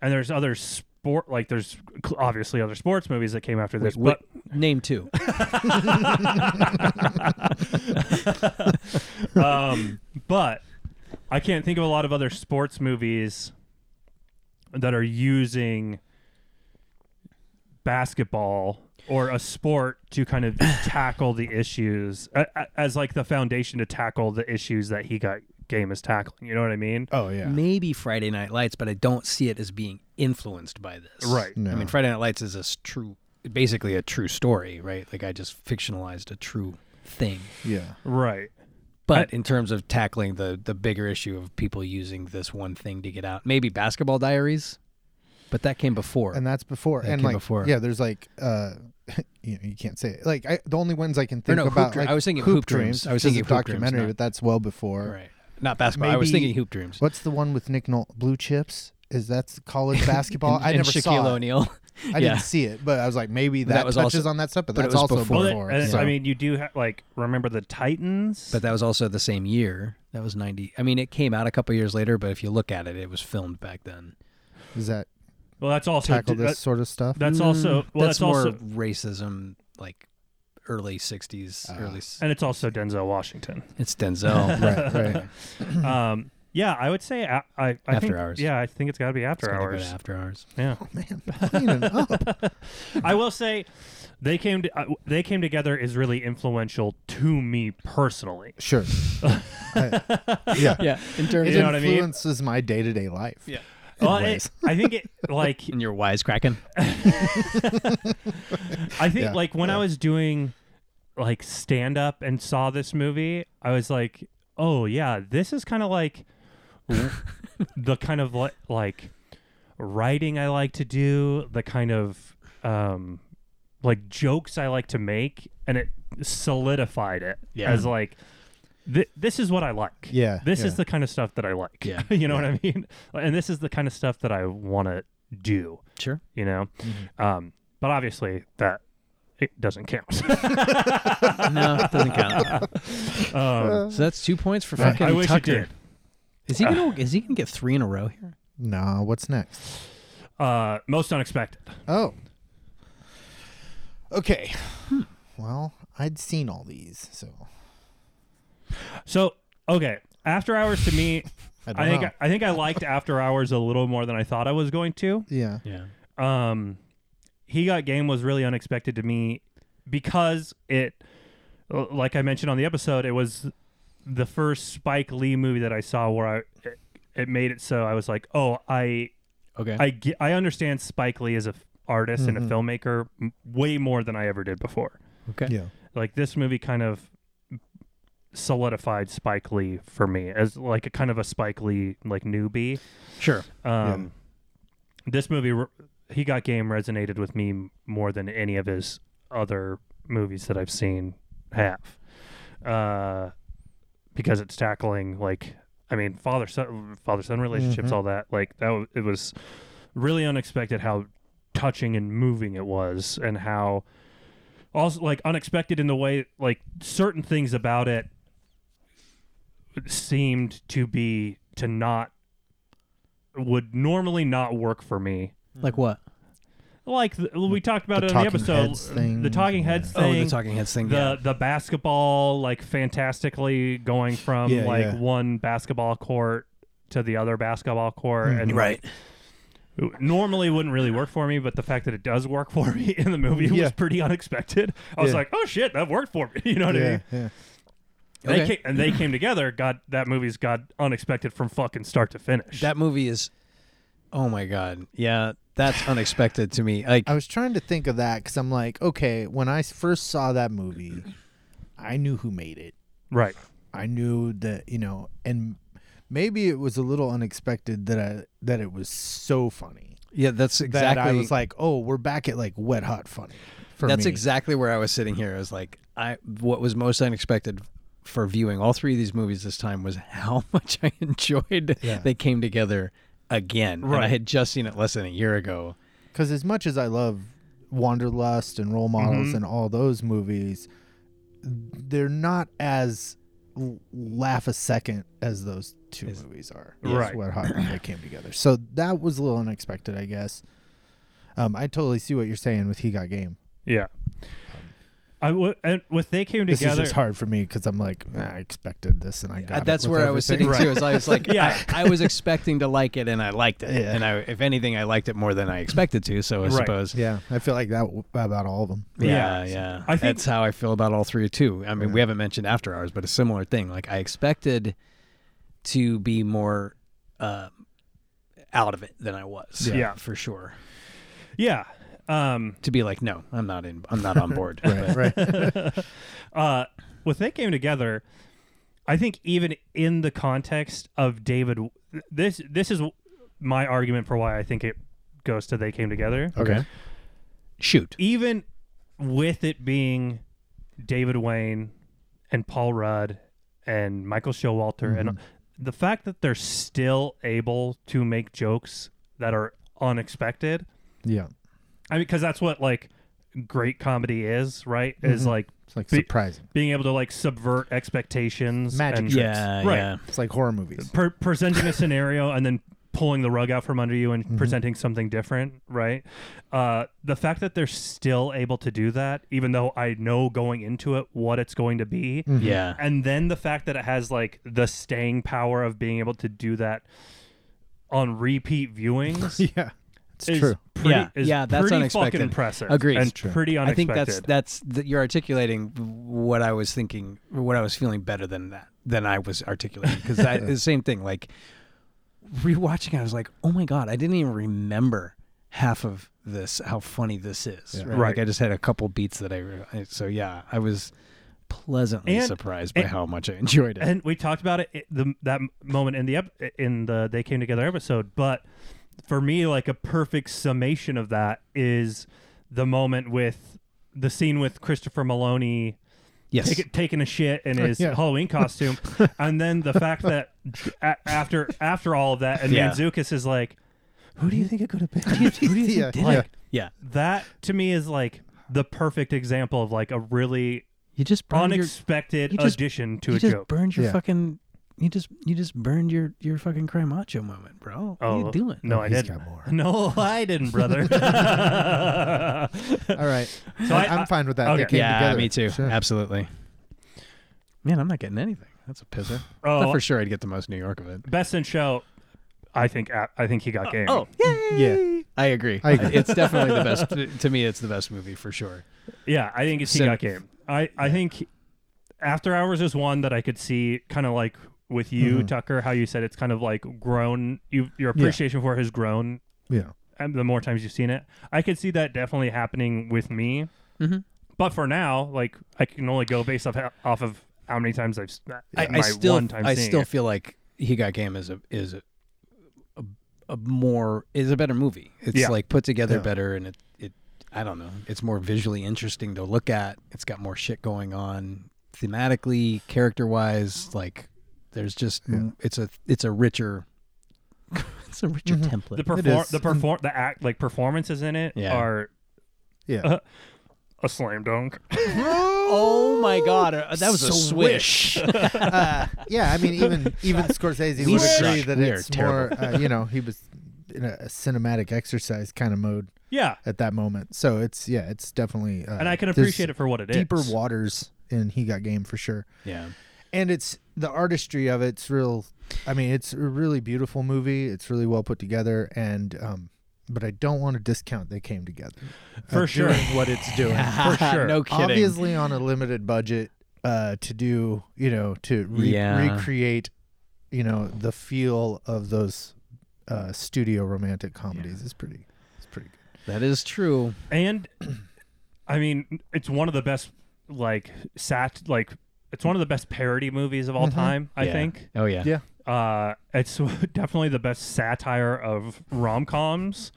B: and there's other sport like there's cl- obviously other sports movies that came after this,
D: What-
B: but
D: name two.
B: um, but I can't think of a lot of other sports movies that are using basketball or a sport to kind of tackle the issues a- a- as like the foundation to tackle the issues that he got game is tackling. You know what I mean?
C: oh yeah,
D: Maybe Friday Night Lights, but I don't see it as being influenced by this.
B: Right.
C: No.
D: I mean, Friday Night Lights is a s- true, basically a true story, right? Like I just fictionalized a true thing.
C: yeah.
B: Right.
D: But in terms of tackling the the bigger issue of people using this one thing to get out, maybe basketball diaries, but that came before.
C: and that's before
D: That
C: and
D: came
C: like
D: before.
C: yeah there's like uh you, know, you can't say it. like I, the only ones i can
D: Or
C: think
D: no, Hoop
C: about
D: Dream-
C: like,
D: I was thinking Hoop Dreams. I was
C: which is
D: thinking
C: a
D: Hoop Dreams,
C: documentary
D: not-
C: but that's well before
D: right, not basketball. I was
C: Maybe-
D: thinking hoop dreams.
C: what's the one with nick Nol- blue chips is that's college basketball
D: and,
C: i
D: and
C: never
D: Shaquille
C: saw it.
D: O'Neal.
C: i
D: yeah.
C: didn't see it but i was like maybe
D: But
C: that,
D: that was
C: touches
D: also-
C: on that stuff but,
D: but it
C: that's
D: was
C: also
D: before.
C: before,
B: Well, that- and,
C: so-
B: I mean, you do ha- like remember the Titans,
D: But that was also the same year. That was ninety. I mean, it came out a couple years later, but if you look at it, it was filmed back then.
C: does that
B: well, that's also
C: tackle
B: that-
C: this sort of stuff
B: that's also well,
D: Mm, that's,
B: that's,
D: more
B: also
D: racism, like early '60s,
C: Ah.
D: early. s-
B: and it's also Denzel Washington.
D: It's Denzel.
C: right right
B: um, yeah, I would say a- I, I
D: Mm-hmm. After
B: think-
D: Hours.
B: Yeah, I think it's got to be after
D: It's gotta go to
B: hours.
D: After hours.
B: Yeah,
C: oh man cleaning up.
B: I will say they came to, uh, they came together is really influential to me personally.
C: sure I- yeah
D: Yeah, in
C: it
D: terms
B: You know what I mean?
C: influences my day-to-day life
D: Yeah.
B: Well, it-
C: ways.
B: I think it like
D: and you're wisecracking.
B: I think
C: Yeah,
B: like when I was doing like stand up and saw this movie, I was like, "Oh yeah, this is kind of like w- the kind of li- like writing I like to do, the kind of um like jokes I like to make and it solidified it
D: Yeah.
B: as like th- this is what I like.
C: Yeah,
B: This
C: yeah.
B: is the kind of stuff that I like.
D: Yeah,
B: you know what I mean? And this is the kind of stuff that I want to do
D: Sure.
B: you know um but obviously that it doesn't count
D: No, it doesn't count.
B: um,
D: So that's two points for
C: Right.
D: fucking
B: i wish
D: Tucker.
B: it did
D: Is he gonna? is he gonna get three in a row here?
C: nah what's next
B: Uh, most unexpected.
C: Oh. Okay.
B: Hmm.
C: Well, I'd seen all these, so
B: So okay, After Hours to me,
C: I don't
B: I think
C: know.
B: I think I liked After Hours a little more than I thought I was going to.
C: yeah.
D: Yeah.
B: um he got game was really unexpected to me because it l- like i mentioned on the episode it was the first spike lee movie that i saw where i it, it made it so i was like oh i
D: Okay.
B: i ge- i understand spike lee as a f- artist and a filmmaker m- way more than i ever did before
D: okay.
C: Yeah.
B: like this movie kind of solidified spike lee for me as like a kind of a spike lee like newbie
D: Sure.
B: um, This movie, re- he got game resonated with me m- more than any of his other movies that I've seen have, uh, because it's tackling like I mean father son father son relationships, all that like that. w- It was really unexpected how touching and moving it was, and how also like unexpected in the way like certain things about it seemed to be to not would normally not work for me.
D: Like what?
B: Like the, we talked about
C: The
B: it on the
C: Talking
B: episode,
C: Heads thing.
B: the Talking Heads
D: Oh,
B: thing,
D: the Talking Heads thing.
B: the,
D: yeah.
B: the basketball like fantastically going from
C: Yeah,
B: like
C: yeah.
B: one basketball court to the other basketball court,
C: Mm-hmm.
B: and
D: Right.
B: normally wouldn't really work for me, but the fact that it does work for me in the movie
C: Yeah.
B: was pretty unexpected. I was
C: Yeah.
B: like, oh shit, that worked for me. You know what I
C: Yeah,
B: mean?
C: yeah.
B: They
D: Okay.
B: came, and they came together. Got that movie's got unexpected from fucking start to finish.
D: That movie is. Oh my god. Yeah, that's unexpected to me. Like
C: I was trying to think of that cuz I'm like, okay, when I first saw that movie, I knew who made it.
B: right.
C: I knew that, you know, and maybe it was a little unexpected that I that it was so funny.
D: Yeah, that's
C: That
D: exactly.
C: I was like, "Oh, we're back at like wet hot funny." For
D: that's
C: me.
D: exactly where I was sitting here. I was like, I what was most unexpected for viewing all three of these movies this time was how much I enjoyed
C: Yeah.
D: they came together again. And I
B: Right.
D: had just seen it less than a year ago.
C: because as much as I love Wanderlust and Role Models
B: Mhm.
C: and all those movies, they're not as l- laugh a second as those two
D: Is-
C: movies are.
B: Yes. Right.
C: what hot when they came together. So that was a little unexpected, I guess. Um, I totally see what you're saying with He Got Game.
B: Yeah. I w- and with they came
C: This
B: together.
C: is just hard for me because I'm like, "Ah, I expected this and I got. it
D: that's
C: with
D: where I was sitting
C: everything."
D: too. Is I was like,
B: Yeah.
D: I, I was expecting to like it, and I liked it.
C: Yeah.
D: And I, if anything, I liked it more than I expected to. So I
B: Right.
D: suppose,
C: Yeah, I feel like that w- about all of them.
D: yeah, yeah.
B: Yeah. I think-
D: that's how I feel about all three too. I mean, we haven't mentioned After Hours, but a similar thing. Like I expected to be more uh, out of it than I was.
B: Yeah. Yeah.
D: for sure.
B: yeah. Um,
D: To be like, no, I'm not in. I'm not on board. But-
C: Right, right.
B: uh, with they came together, I think even in the context of David, this this is my argument for why I think it goes to they came together.
C: Okay.
D: Shoot.
B: Even with it being David Wayne and Paul Rudd and Michael Showalter,
C: Mm-hmm.
B: and the fact that they're still able to make jokes that are unexpected
C: Yeah,
B: I mean, because that's what like great comedy is, right? Is like
C: Mm-hmm. it's like
B: Be-
C: surprising.
B: being able to like subvert expectations,
C: Magic
B: and
C: tricks.
D: Yeah,
B: Right.
D: yeah.
C: It's like horror movies.
B: per- presenting a scenario and then pulling the rug out from under you and
C: Mm-hmm.
B: presenting something different, right? Uh, the fact that they're still able to do that, even though I know going into it what it's going to be,
C: Mm-hmm.
D: Yeah.
B: and then the fact that it has like the staying power of being able to do that on repeat viewings.
C: Yeah, it's
B: is
C: true.
B: Pretty,
D: Yeah,
B: is
D: yeah, that's
B: pretty
D: unexpected.
B: Fucking impressive.
D: Agreed.
B: And
D: It's true.
B: pretty
D: I
B: unexpected.
D: think that's that's that you're articulating what I was thinking, what I was feeling better than that than I was articulating because that is the same thing. Like rewatching, it, I was like, oh my god, I didn't even remember half of this. How funny this is, right? Like
B: Right.
D: I just had a couple beats that I. re- I- So yeah, I was pleasantly
B: And-
D: surprised by
B: and-
D: how much I enjoyed it.
B: and we talked about it, it the, that moment in the ep- in the they came together episode but for me like a perfect summation of that is the moment with the scene with christopher maloney
D: yes,
B: take, taking a shit in his
C: Yeah.
B: halloween costume and then the fact that a- after after all of that and
D: Yeah.
B: manzukis is like who do you think it could have been Who do you think
C: Yeah,
B: did
C: yeah.
B: it?
D: yeah,
B: that to me is like the perfect example of like a really
D: you just burned your,
B: unexpected
D: you just-
B: addition to
D: you
B: a
D: just
B: joke
D: burned your
C: Yeah.
D: fucking You just you just burned your your fucking cry macho moment, bro. What are
B: Oh,
D: you doing?
B: No, I
C: he's
B: didn't.
C: got more.
B: No, I didn't, brother. so
C: All right. I,
B: I-
C: am fine with that.
B: okay.
C: They came
D: yeah,
C: together.
D: me too.
C: Sure.
D: Absolutely. Man, I'm not getting anything. That's a pisser.
B: Oh.
D: Thought for sure I'd get the most New York of it.
B: best in show. I think I think he got game.
D: Oh.
C: Yeah.
D: I agree.
C: I agree.
D: It's definitely the best. To me, it's the best movie for sure.
B: Yeah, I think it's he
D: Sim-
B: got game. I, I think After Hours is one that I could see kind of like with
C: Mm-hmm.
B: you, Tucker, how you said it's kind of like grown. You, your appreciation for it has grown
C: Yeah.
B: um, the more times you've seen it. I could see that definitely happening with me.
D: Mhm.
B: But for now, like I can only go based off off of how many times I've s- uh,
D: I,
B: my
D: I still,
B: one time
D: I
B: seeing
D: still
B: it.
D: feel like He Got Game is a is a, a, a more is a better movie. It's
B: Yeah.
D: like put together
C: Yeah.
D: better, and it it I don't know. It's more visually interesting to look at. It's got more shit going on thematically, character wise. Like there's just
C: Yeah.
D: it's a it's a richer it's a richer
C: Mhm.
D: template.
B: the
C: It
B: perform
C: is.
B: the perform the act like performances in it
D: Mm-hmm. Yeah.
B: are
C: Yeah.
B: Uh, a slam dunk.
D: oh my god, uh, that was a
C: Swish.
D: swish.
C: yeah, I mean, even even Scorsese
D: We
C: would
D: suck.
C: agree that
D: We are
C: it's more, uh, you know, he was in a, a cinematic exercise kind of mode
B: Yeah.
C: at that moment. So it's yeah, it's definitely, uh,
B: And I can appreciate it for what it is.
C: Deeper waters in he got game for sure,
D: yeah.
C: and it's the artistry of it's real. I mean, it's a really beautiful movie. It's really well put together, and um, but I don't want to discount they came together at
B: For sure.
C: doing what it's doing.
B: For sure.
D: no kidding.
C: obviously on a limited budget uh to do you know to re-
D: Yeah.
C: recreate you know the feel of those uh studio romantic comedies is pretty it's pretty good
D: That is true.
B: And I mean, it's one of the best like sat like it's one of the best parody movies of all time,
D: Mm-hmm.
B: I
D: Yeah.
B: think.
D: Oh yeah.
B: Uh it's definitely the best satire of rom-coms.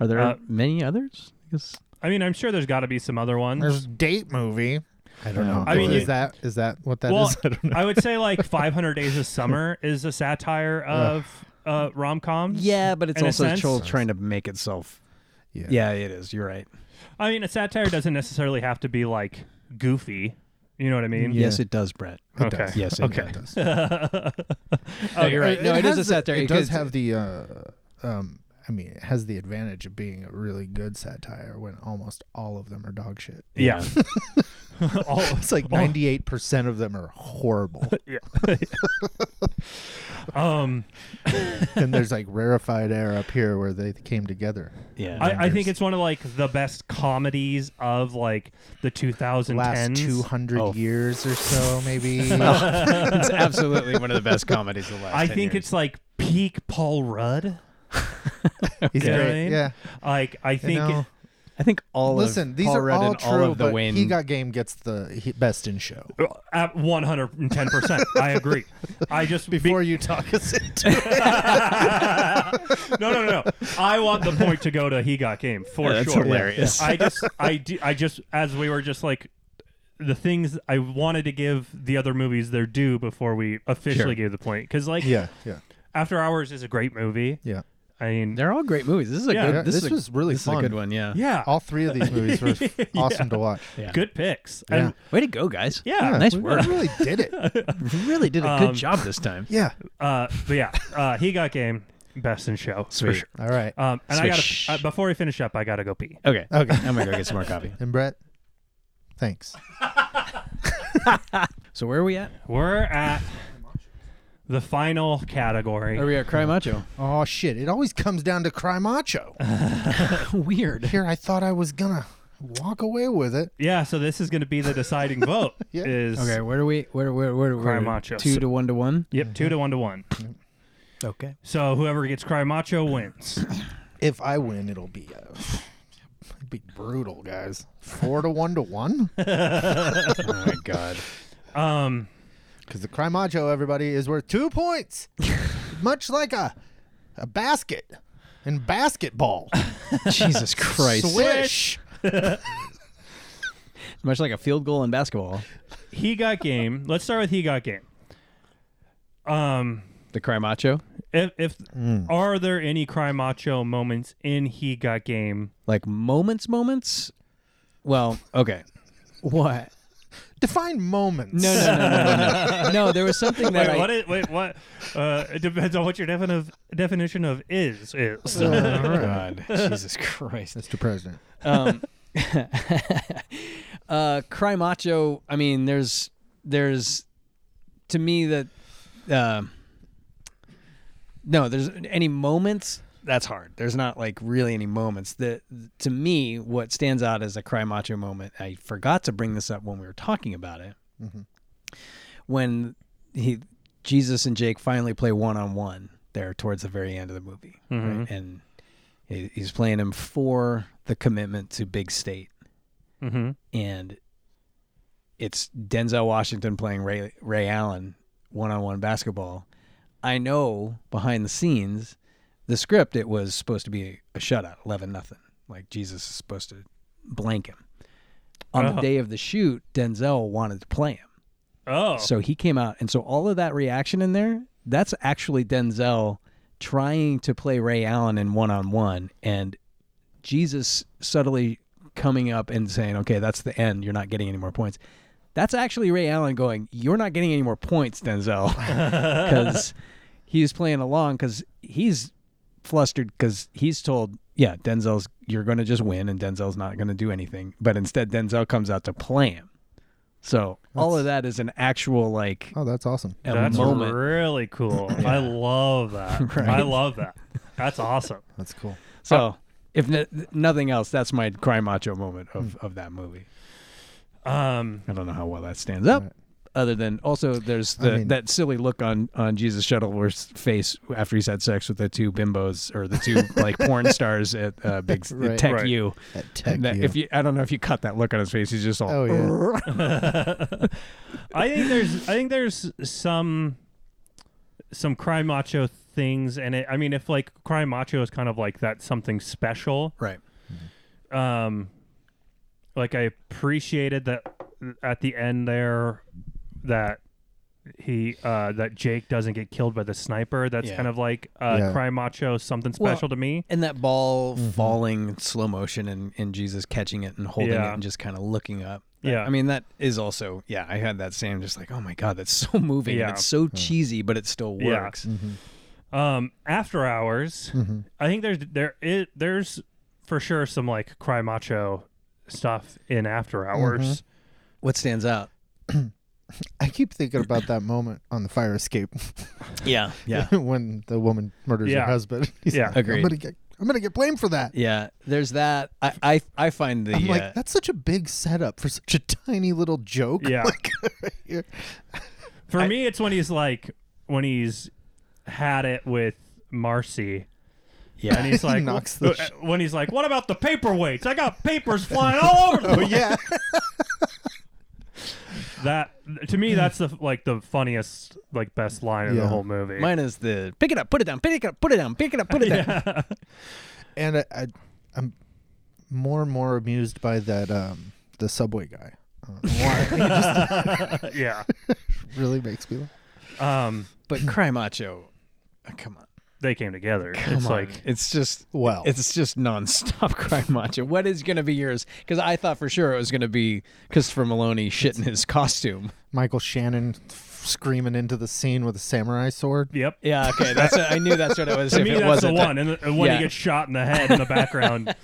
D: Are there
B: Uh,
D: many others? I guess
B: I mean, I'm sure there's got to be some other ones.
C: there's date movie i don't know
B: I mean,
C: is
B: you-
C: that is that what that is?
B: well,
C: i don't know
B: I would say like 500 Days of Summer is a satire of uh rom-coms.
D: Yeah, but it's
B: in a
D: also
B: sense.
D: Joel trying to make itself.
C: Yeah.
D: Yeah, it is. You're right.
B: I mean, a satire doesn't necessarily have to be like goofy. You know what I mean?
C: Yeah.
D: Yes, it does, Brett.
B: okay.
C: does.
D: Yes, it
B: Okay.
D: does.
B: Oh,
D: you're right. No, it is
C: has
D: a
C: the-
D: satire.
C: it
D: It
C: does
D: could-
C: have the uh um i mean it has the advantage of being a really good satire when almost all of them are dog shit
B: Yeah. All-
C: it's like
B: all-
C: 98% of them are horrible
B: um,
C: and there's like rarefied air up here where they came together.
D: Yeah.
B: I, I think it's one of like the best comedies of like the 2010s.
C: Last two hundred
D: Oh.
C: years or so, maybe.
D: it's absolutely one of the best comedies of the last.
B: I
D: 10
B: think
D: years.
B: it's like peak Paul Rudd.
C: He's
B: You know what I
C: great.
B: mean?
C: Yeah.
B: Like I
C: You
B: think
C: know,
D: I think all
C: listen,
D: of
C: these
D: Paul
C: are
D: Rudd
C: all
D: and
C: true,
D: all of the
C: but
D: Wayne.
C: he got game gets the he, best in show.
B: Uh, at 110. percent I agree. I just be-
C: Before you talk us into it,
B: no, no, no, no. I want the point to go to he got game for
D: Yeah, that's
B: sure.
D: hilarious.
B: I just, I, do, I just, as we were just like the things I wanted to give the other movies their due before we
D: Sure.
B: officially gave the point because like
C: yeah, yeah,
B: After Hours is a great movie.
C: yeah.
B: I mean,
D: They're all great movies. This is a
B: Yeah.
D: good.
C: Yeah,
D: this
C: this
D: is a-
C: was really
D: this
C: fun.
D: is a good one. Yeah.
B: yeah,
C: Uh, All three of these movies were f- awesome to watch.
D: Yeah.
B: good picks.
C: Yeah.
B: And,
D: Way to go, guys.
B: yeah.
D: Nice
C: we
D: work.
C: really did it.
D: You really did a good
B: Um,
D: job this time.
C: Yeah.
B: Uh, but yeah, uh, he got game best in show
D: Sweet.
B: for sure.
C: All right.
B: Um, and
D: Swish.
B: I gotta uh, before we finish up, I gotta go pee.
D: Okay.
C: Okay.
D: I'm gonna go get some more coffee.
C: And Brett, thanks.
D: So where are we at?
B: We're at the final category.
D: Are we at Cry Macho?
C: Oh shit! It always comes down to cry macho.
D: Weird.
C: Here, I thought I was gonna walk away with it.
B: Yeah, so this is going to be the deciding vote.
C: Yeah.
B: Is
D: Okay. Where do we? Where? Where? Where? where
B: Cry Macho.
D: Two to one to one.
B: yep, two to one to one.
D: Okay.
B: So whoever gets Cry Macho wins.
C: If I win, it'll be uh, it'd be brutal, guys. Four to one to one,
D: oh my god.
B: Um,
C: because the cry macho everybody is worth two points, much like a a basket in basketball.
D: Jesus Christ.
C: Swish.
D: Much like a field goal in basketball,
B: he got game. Let's start with he got game. Um,
D: the cry macho,
B: if, if
D: Hmm.
B: are there any Cry Macho moments in he got game?
D: like moments, moments. Well, okay. What?
C: Define moments.
D: No, no, no, no, no, no. No, there was something that
B: Wait,
D: I,
B: what is, wait, what? Uh, it depends on what your defin- of, definition of is is.
C: Uh, all right.
D: God, Jesus Christ.
C: Mr. President.
D: um, uh, Cry Macho. I mean, there's, there's, to me that, uh, no, there's any moments. That's hard. There's not like really any moments. That to me, what stands out as a Cry Macho moment. I forgot to bring this up when we were talking about it. When he, Jesus and Jake finally play one on one there towards the very end of the movie, right? and he- he's playing him for the commitment to big state
B: Mhm.
D: and it's denzel washington playing ray, ray allen one-on-one basketball i know behind the scenes the script it was supposed to be a shutout 11 nothing like jesus is supposed to blank him on
B: Oh.
D: the day of the shoot denzel wanted to play him
B: Oh,
D: so he came out, and so all of that reaction in there, that's actually Denzel trying to play Ray Allen in one on one, and Jesus subtly coming up and saying, "Okay, that's the end. You're not getting any more points." That's actually Ray Allen going, "You're not getting any more points, Denzel," because he's playing along because he's flustered because he's told, "Yeah, Denzel's you're going to just win, and Denzel's not going to do anything." But instead, Denzel comes out to play him. So all of that is an actual like
C: Oh, that's awesome.
D: a
B: that's
D: moment.
B: really cool. I love that. I love that. That's awesome.
C: That's cool.
D: So if n- nothing else, that's my cry macho moment of of that movie.
B: Um,
D: I don't know how well that stands up.
C: Right.
D: Other than also, there's the
C: mean-
D: that silly look on on Jesus Shuttleworth's face after he's had sex with the two bimbos or the two like porn stars at uh, Big
C: Right.
D: Tech
B: Right.
D: U.
C: At
D: And that- If you, I don't know if you cut that look on his face, he's just all.
C: oh yeah.
B: I think there's I think there's some some cry macho things, and it, I mean, if like cry macho is kind of like that something special,
D: Right.
B: um like I appreciated that at the end there that he uh that Jake doesn't get killed by the sniper. That's
D: Yeah.
B: kind of like uh
C: Yeah.
B: cry macho something
D: Well,
B: special to me.
D: And that ball falling in slow motion and, and Jesus catching it and holding
B: Yeah.
D: it and just kind of looking up.
B: Yeah.
D: I mean, that is also, yeah, I had that same, just like, oh my God, that's so moving.
B: Yeah.
D: And it's so cheesy, but it still
B: Yeah. Mm-hmm.
D: works.
B: Um after hours
C: Mm-hmm.
B: I think there's there it there's for sure some like cry macho stuff in after hours.
C: Mm-hmm.
D: What stands out?
C: I keep thinking about that moment on the fire escape
D: Yeah. Yeah.
C: when the woman murders
B: Yeah.
C: her husband. He's
B: Yeah.
C: like,
D: Agreed.
C: I'm gonna get I'm gonna get blamed for that.
D: yeah. There's that. I, I, I find the.
C: I'm
D: uh,
C: like, that's such a big setup for such a tiny little joke.
B: Yeah.
C: Like, right here.
B: For me it's when he's like when he's had it with Marcy.
D: yeah.
B: And he's like, uh,
C: knocks the sh-
B: when he's like, what about the paperweights? I got papers flying all over the
C: oh yeah.
B: That to me, that's the like the funniest, like best line of the
C: Yeah.
B: whole movie.
D: Mine is the pick it up, put it down, pick it up, put it down, pick it up, put it down.
C: and I, I, I'm more and more amused by that um, the subway guy. I don't know Why? it just
B: yeah.
C: really makes me laugh.
B: Um,
D: But Cry Macho, uh, come on.
B: they came together. it's
D: Come on.
B: like
D: it's just
C: Well.
D: it's just nonstop crime macho. What is going to be yours? Because I thought for sure it was going to be Christopher Maloney shit in his costume.
C: Michael Shannon f- screaming into the scene with a samurai sword.
B: Yep.
D: Yeah, okay, that's what- I knew that's what it was.
B: To
D: if
B: me,
D: it
B: that's the
D: wasn't that-
B: one. And, the, and when
D: Yeah.
B: he gets shot in the head in the background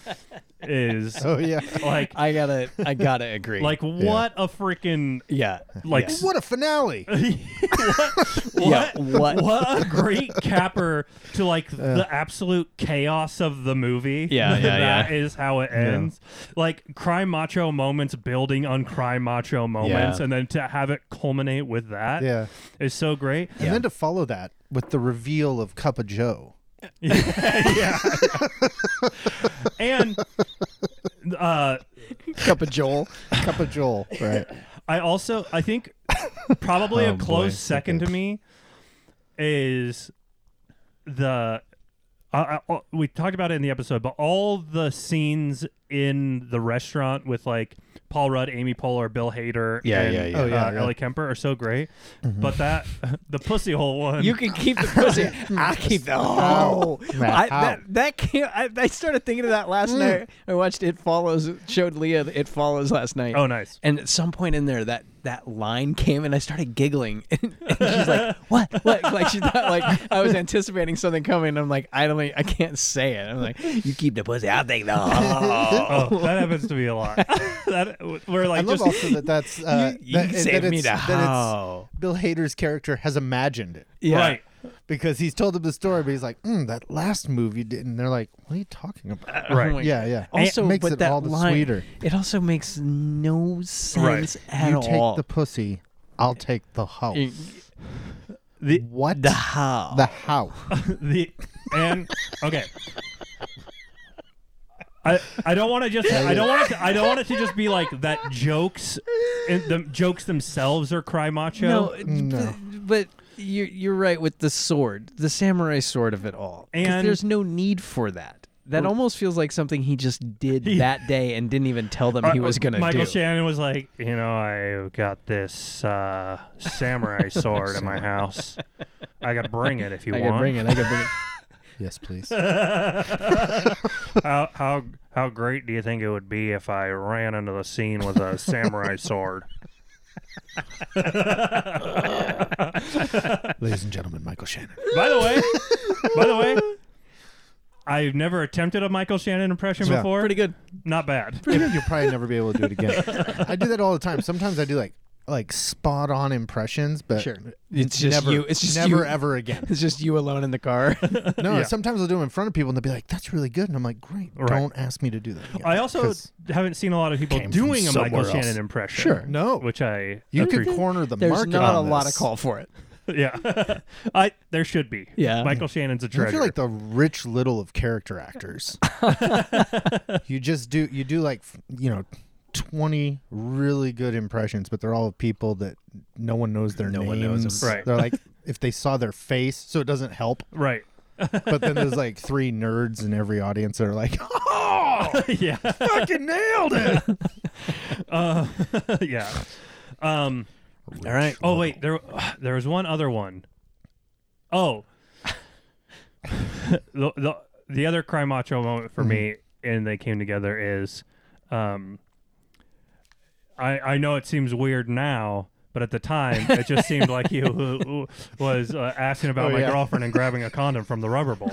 B: is
C: Oh yeah.
B: like,
D: I gotta, I gotta agree.
B: like what a freaking
D: yeah,
B: like
D: yeah.
B: s-
C: What a finale!
D: Yeah, what?
B: what a great capper to like the absolute chaos of the movie.
D: Uh. Yeah, yeah,
B: That
D: yeah.
B: is how it ends. Like crime macho moments building on crime macho moments,
D: Yeah.
B: and then to have it culminate with that is
C: Yeah.
B: so great.
C: And then to follow that with the reveal of Cup of Joe.
B: And uh,
C: Cup of Joel. Cup of Joel. Right.
B: I also I think probably
D: Oh,
B: a close
D: boy.
B: second to me is the I I- we talked about it in the episode, but all the scenes in the restaurant with like Paul Rudd, Amy Poehler, Bill Hader,
D: Yeah,
B: and,
D: yeah, yeah.
C: Oh, yeah,
B: uh,
C: yeah.
B: Ellie Kemper are so great. But that the pussy hole one,
D: You can keep the pussy. I keep the oh.
C: Matt,
D: I,
C: ow.
D: that that can't, I, I started thinking of that last
C: Mm.
D: night. I watched It Follows. Showed Leah the It Follows last night.
B: oh nice.
D: And at some point in there, that that line came, and I started giggling. And, and she's like, "What? What?" Like she thought, like I was anticipating something coming. And I'm like, I don't, I can't say it. I'm like, you keep the pussy. I'll take the. Oh.
B: Oh, that happens to me a lot. that we're like
C: I love
B: just
C: also that that's uh,
D: You
C: that,
D: save
C: that
D: me
C: it's,
D: the
C: that
D: how.
C: it's Bill Hader's character has imagined it
D: Yeah.
B: right.
C: because he's told them the story, but he's like, mm, "That last move you did," and they're like, "What are you talking about?"
D: Oh
B: Right.
D: my
C: Yeah, yeah.
D: God. Also,
C: It makes
D: but
C: it
D: that
C: all the
D: line,
C: sweeter.
D: It also makes no sense at
C: you
D: all.
C: take the pussy, I'll take the house.
D: You-
C: what
D: the how.
C: the how?
B: The and okay. I, I don't want to just I don't want it to, I don't want it to just be like that jokes and the jokes themselves are cry macho.
D: no,
C: No.
D: But, but you're you're right with the sword, the samurai sword of it all. 'Cause
B: And-
D: there's no need for that. That almost feels like something he just did that day and didn't even tell them he
B: Uh,
D: was gonna
B: Michael
D: do.
B: Shannon was like, you know, I got this uh, samurai sword in my house. I got to bring it if you
D: I
B: want.
D: could bring it. I could bring it.
C: Yes, please.
B: How how how great do you think it would be if I ran into the scene with a samurai sword?
C: Ladies and gentlemen, Michael Shannon.
B: By the way, by the way, I've never attempted a Michael Shannon impression
C: Yeah.
B: before.
D: Pretty good.
B: Not bad.
C: You'll probably never be able to do it again. I do that all the time. Sometimes I do like like spot on impressions, but
D: Sure.
C: n-
D: It's just
C: never,
D: you- it's just
C: never
D: you.
C: ever again.
D: It's just you alone in the car.
C: No,
B: Yeah.
C: sometimes I'll do them in front of people and they'll be like, "That's really good," and I'm like, "Great, don't ask me to do that." Again.
B: I also
C: 'Cause
B: haven't seen a lot of people
C: Came from
B: doing a Michael
C: somewhere else.
B: Shannon impression.
C: Sure. No.
B: Which I
C: you
B: appreciate.
C: could corner the
D: There's
C: market.
D: not a
C: on
D: lot of
C: this.
D: call for it.
B: Yeah. I there should be.
D: Yeah.
B: Michael Shannon's a
C: I
B: treasure.
C: feel like the rich little of character actors. you just do you do like f- you know. 20 really good impressions, but they're all of people that no one knows their names.
D: one knows 'em.
B: Right.
C: They're like if they saw their face, so it doesn't help.
B: right.
C: But then there's like three nerds in every audience that are like, "Oh,
B: yeah.
C: fucking nailed it!"
B: Uh, yeah. Um
D: All right.
B: oh wait, there there was one other one. Oh. the, the the other cry macho moment for me
C: Mm-hmm.
B: and they came together is um I I know it seems weird now but at the time, it just seemed like you uh, was uh, asking about
C: Oh,
B: my
C: yeah.
B: girlfriend and grabbing a condom from the rubber bowl.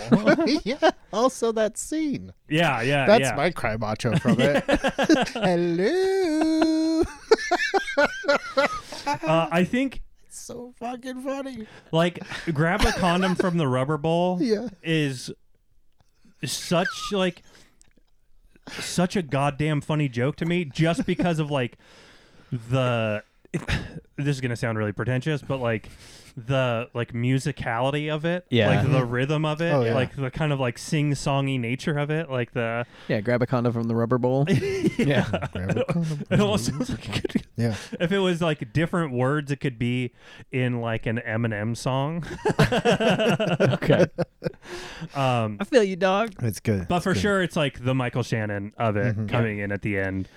C: yeah. Also, that scene.
B: Yeah, yeah,
C: That's
B: yeah.
C: my cry macho from it. Hello.
B: Uh, I think
C: so fucking funny.
B: like grab a condom from the rubber bowl
C: Yeah.
B: is such like such a goddamn funny joke to me just because of like the this is gonna sound really pretentious but like the like musicality of it
D: Yeah.
B: like the rhythm of it
C: Oh, yeah.
B: like the kind of like sing-songy nature of it like the
D: Yeah, grab a condom from the rubber bowl. yeah.
B: it almost sounds like it could,
C: Yeah.
B: if it was like different words it could be in like an eminem song
D: Okay.
B: um
D: I feel you, dog.
C: It's good. Mm-hmm.
B: But for sure, it's like the Michael Shannon of it coming in at the end,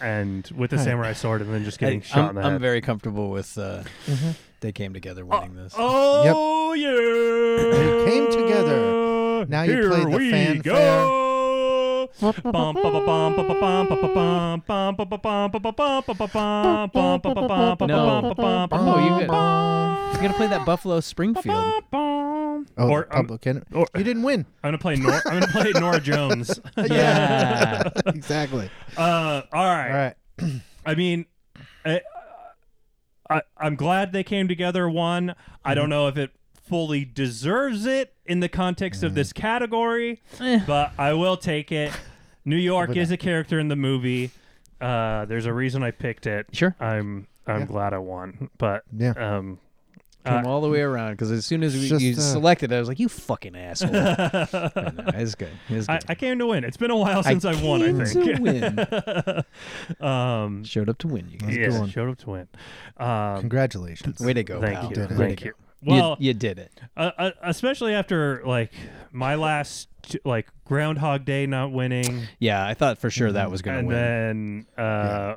B: and with the samurai sword, and then just getting
D: I,
B: shot in
D: am
B: the
D: I'm
B: head. Mm-hmm.
D: very comfortable with. Uh, They came together winning this.
B: oh yeah!
C: They came together. Now you
B: Here
C: play the
B: we
C: fanfare.
B: go. Bum, ba, ba, bum, ba, ba, bum, ba, ba, bum, bum, ba, ba, bum, ba, ba, bum, ba, ba, bum, bum, ba, ba, bum, ba, ba,
D: No.
B: bum, ba, bum, ba,
D: No, Oh, you
B: bum,
D: good.
B: bum,
D: You're gonna play that Buffalo Springfield.
B: bum, bum.
C: Oh,
B: Or
C: the
B: I'm,
C: public enemy.
B: or-
C: you didn't win.
B: I'm gonna play Nor- I'm gonna play Nora Jones.
D: Yeah.
C: exactly.
B: Uh, all right.
C: All right.
B: I mean, I, I, I'm glad they came together. One, I don't know if it fully deserves it in the context of this category, but I will take it. New York is a character in the movie. Uh, there's a reason I picked it.
D: Sure.
B: I'm I'm glad I won, but
C: Yeah.
B: um,
D: Came all the way around because as soon as we,
C: just,
D: you
C: uh,
D: selected, it, I was like, "You fucking asshole!" I know, it's good. It's
B: I,
D: good.
B: I came to win. It's been a while since I've won. I
D: came
B: think.
D: to win.
B: um,
D: Showed up to win. You guys.
B: yeah,
C: one.
B: showed up to win. Um,
C: Congratulations.
D: Way to go,
B: Thank
D: pal.
B: you.
D: Way to
B: Thank
D: go.
B: you. Well,
D: you, you did it.
B: uh, uh, especially after like my last t- like Groundhog Day not winning,
D: Yeah, I thought for sure that was going
B: mm, and
D: to win.
B: then uh,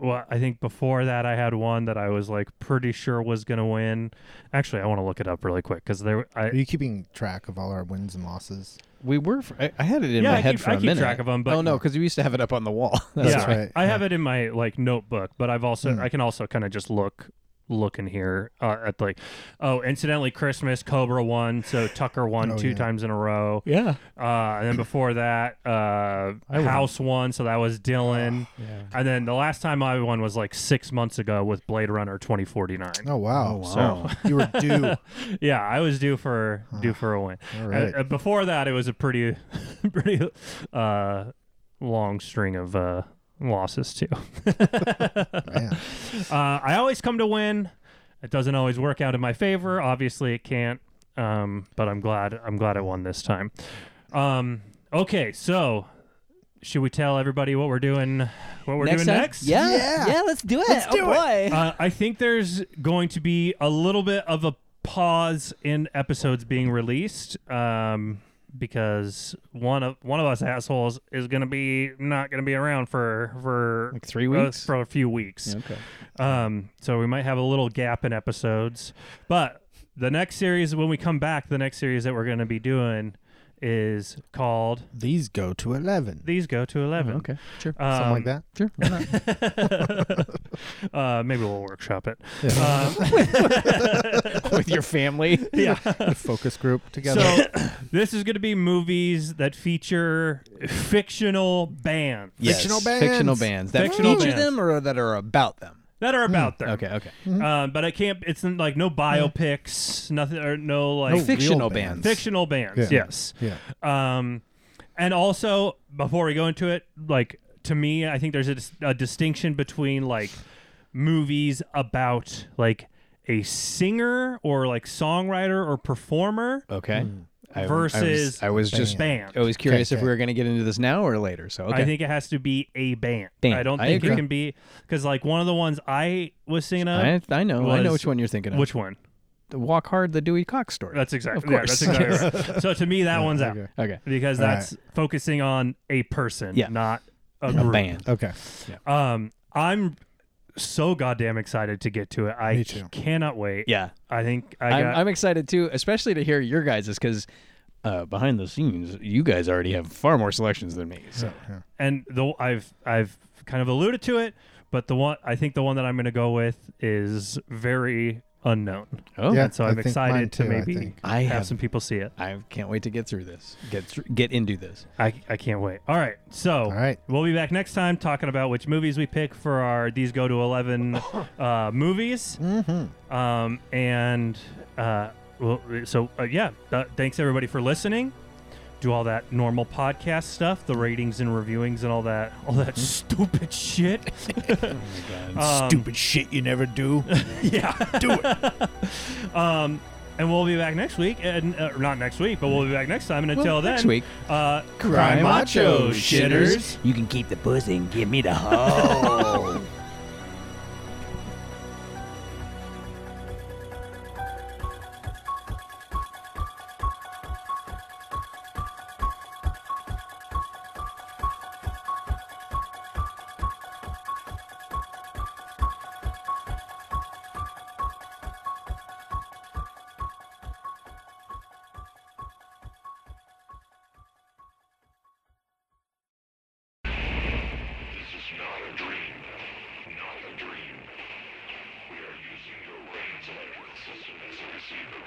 B: well, I think before that I had one that I was like pretty sure was gonna win. Actually, I want to look it up really quick because there, I,
C: Are you keeping track of all our wins and losses?
D: we were. f I I I had it in
B: Yeah,
D: my
B: I
D: head
B: keep-
D: for
B: I
D: a
B: keep
D: minute.
B: track of 'em, but-
D: oh no, because we used to have it up on the wall. That's
B: yeah,
D: right.
C: right, Hmm.
B: I, I have it in my like notebook, but I've also I can also kind of just look look in here uh, at like oh incidentally christmas cobra won so tucker won
C: Oh,
B: two
C: yeah.
B: times in a row
D: Yeah.
B: uh and then before that uh
C: won.
B: house won so that was dylan
D: Yeah.
B: and then the last time i won was like six months ago with blade runner 2049
C: Oh wow!
D: Oh, wow.
C: You were due.
B: yeah i was due for due for a win
C: All
B: Uh,
C: right.
B: uh, before that it was a pretty pretty uh long string of uh losses too
C: Man.
B: Uh, I always come to win. It doesn't always work out in my favor. Obviously, it can't. Um, but I'm glad. I'm glad I won this time. Um, okay, so should we tell everybody what we're doing? What we're doing
D: time?
B: next?
D: Yeah. yeah. Let's do it. oh boy.
B: Uh, I think there's going to be a little bit of a pause in episodes being released um, because one of one of us assholes is going to be not going to be around for for
D: Like three
B: uh,
D: weeks?
B: for a few weeks.
D: okay.
B: Um, so we might have a little gap in episodes, but the next series when we come back, the next series that we're going to be doing is called
C: These go to eleven.
B: "These Go to 11.
D: Oh, Okay. Sure.
B: um,
C: Something like that.
D: sure.
B: uh, maybe we'll workshop it.
D: With your family.
B: Yeah.
C: Focus group together.
B: so this is going to be movies that feature fictional bands
C: Fictional
D: Yes, Fictional
C: bands.
D: bands that
B: Fictional
D: feature
B: bands.
D: them or that are about them.
B: that are about them.
D: Okay. Okay.
B: Uh, but I can't. It's like no biopics, nothing, or no like
C: No
D: fictional
C: real bands.
D: bands.
B: fictional bands.
C: Yeah.
B: Yes.
C: yeah.
B: Um, and also before we go into it, like to me, I think there's a, dis- a distinction between like movies about like a singer or like songwriter or performer
D: Okay. I, I was-
B: Hmm. versus
D: I was, just
B: band.
D: I was curious
C: Okay,
D: if we were going to get into this now or later. So okay.
B: I think it has to be a band.
D: Band.
B: I don't
D: I
B: think it
D: agree.
B: can be because like one of the ones I was thinking of.
D: I, I know. I know
B: was-
D: which one you're thinking of.
B: Which one?
D: the Walk Hard, the Dewey Cox story.
B: That's exactly.
D: Of course.
B: Yeah, that's exactly right. So to me, that one's out
C: okay.
D: okay.
B: because
C: All
B: that's focusing on a person,
D: Yeah.
B: not a,
D: A
B: group.
D: band.
C: Okay.
B: Um, I'm so goddamn excited to get to it. I
C: Me too.
B: cannot wait.
D: Yeah.
B: I think I
D: I'm,
B: got.
D: I'm excited too, especially to hear your guys' because uh, behind the scenes, you guys already have far more selections than me. So
C: Yeah.
B: and the I've I've kind of alluded to it, but the one I think the one that I'm going to go with is very unknown.
D: oh,
C: Yeah.
B: And so
C: I
B: I'm
C: think mine
B: excited to
C: too, I
B: maybe
C: think.
D: I
B: have,
D: have-
B: some people see it.
D: I can't wait to get through this. Get through, get into this.
B: I, I can't wait. All right. So
C: All right.
B: we'll be back next time talking about which movies we pick for our These Go to 11 uh, movies. Mm-hmm. Um, and uh, well, so, uh, yeah, uh, thanks everybody for listening. Do all that normal podcast stuff, the ratings and reviewings and all that, all that stupid shit. Um,
C: shit you never do.
B: yeah. Do it. um, and we'll be back next week, and uh, not next week, but we'll be back next time. And
D: Well,
B: until then,
D: next week.
B: uh,
C: Cry macho, shitters.
D: You can keep the pussy and give me the hoe.
A: This is not a dream. Not a dream. We are using your brain's electrical system as a receiver.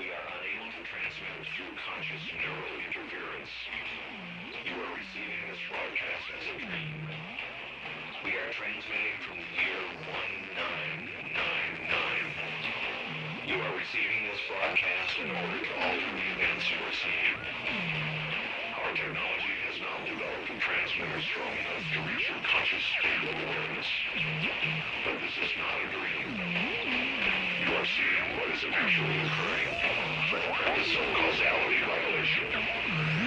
A: We are unable to transmit through conscious neural interference. You are receiving this broadcast as a dream. We are transmitting from the year 1999. You are receiving this broadcast in order to alter the events you are seeing. Our technology has now developed a transmitter strong enough to reach your conscious state of awareness. But this is not a dream. You are seeing what is actually occurring. That is a causality violation.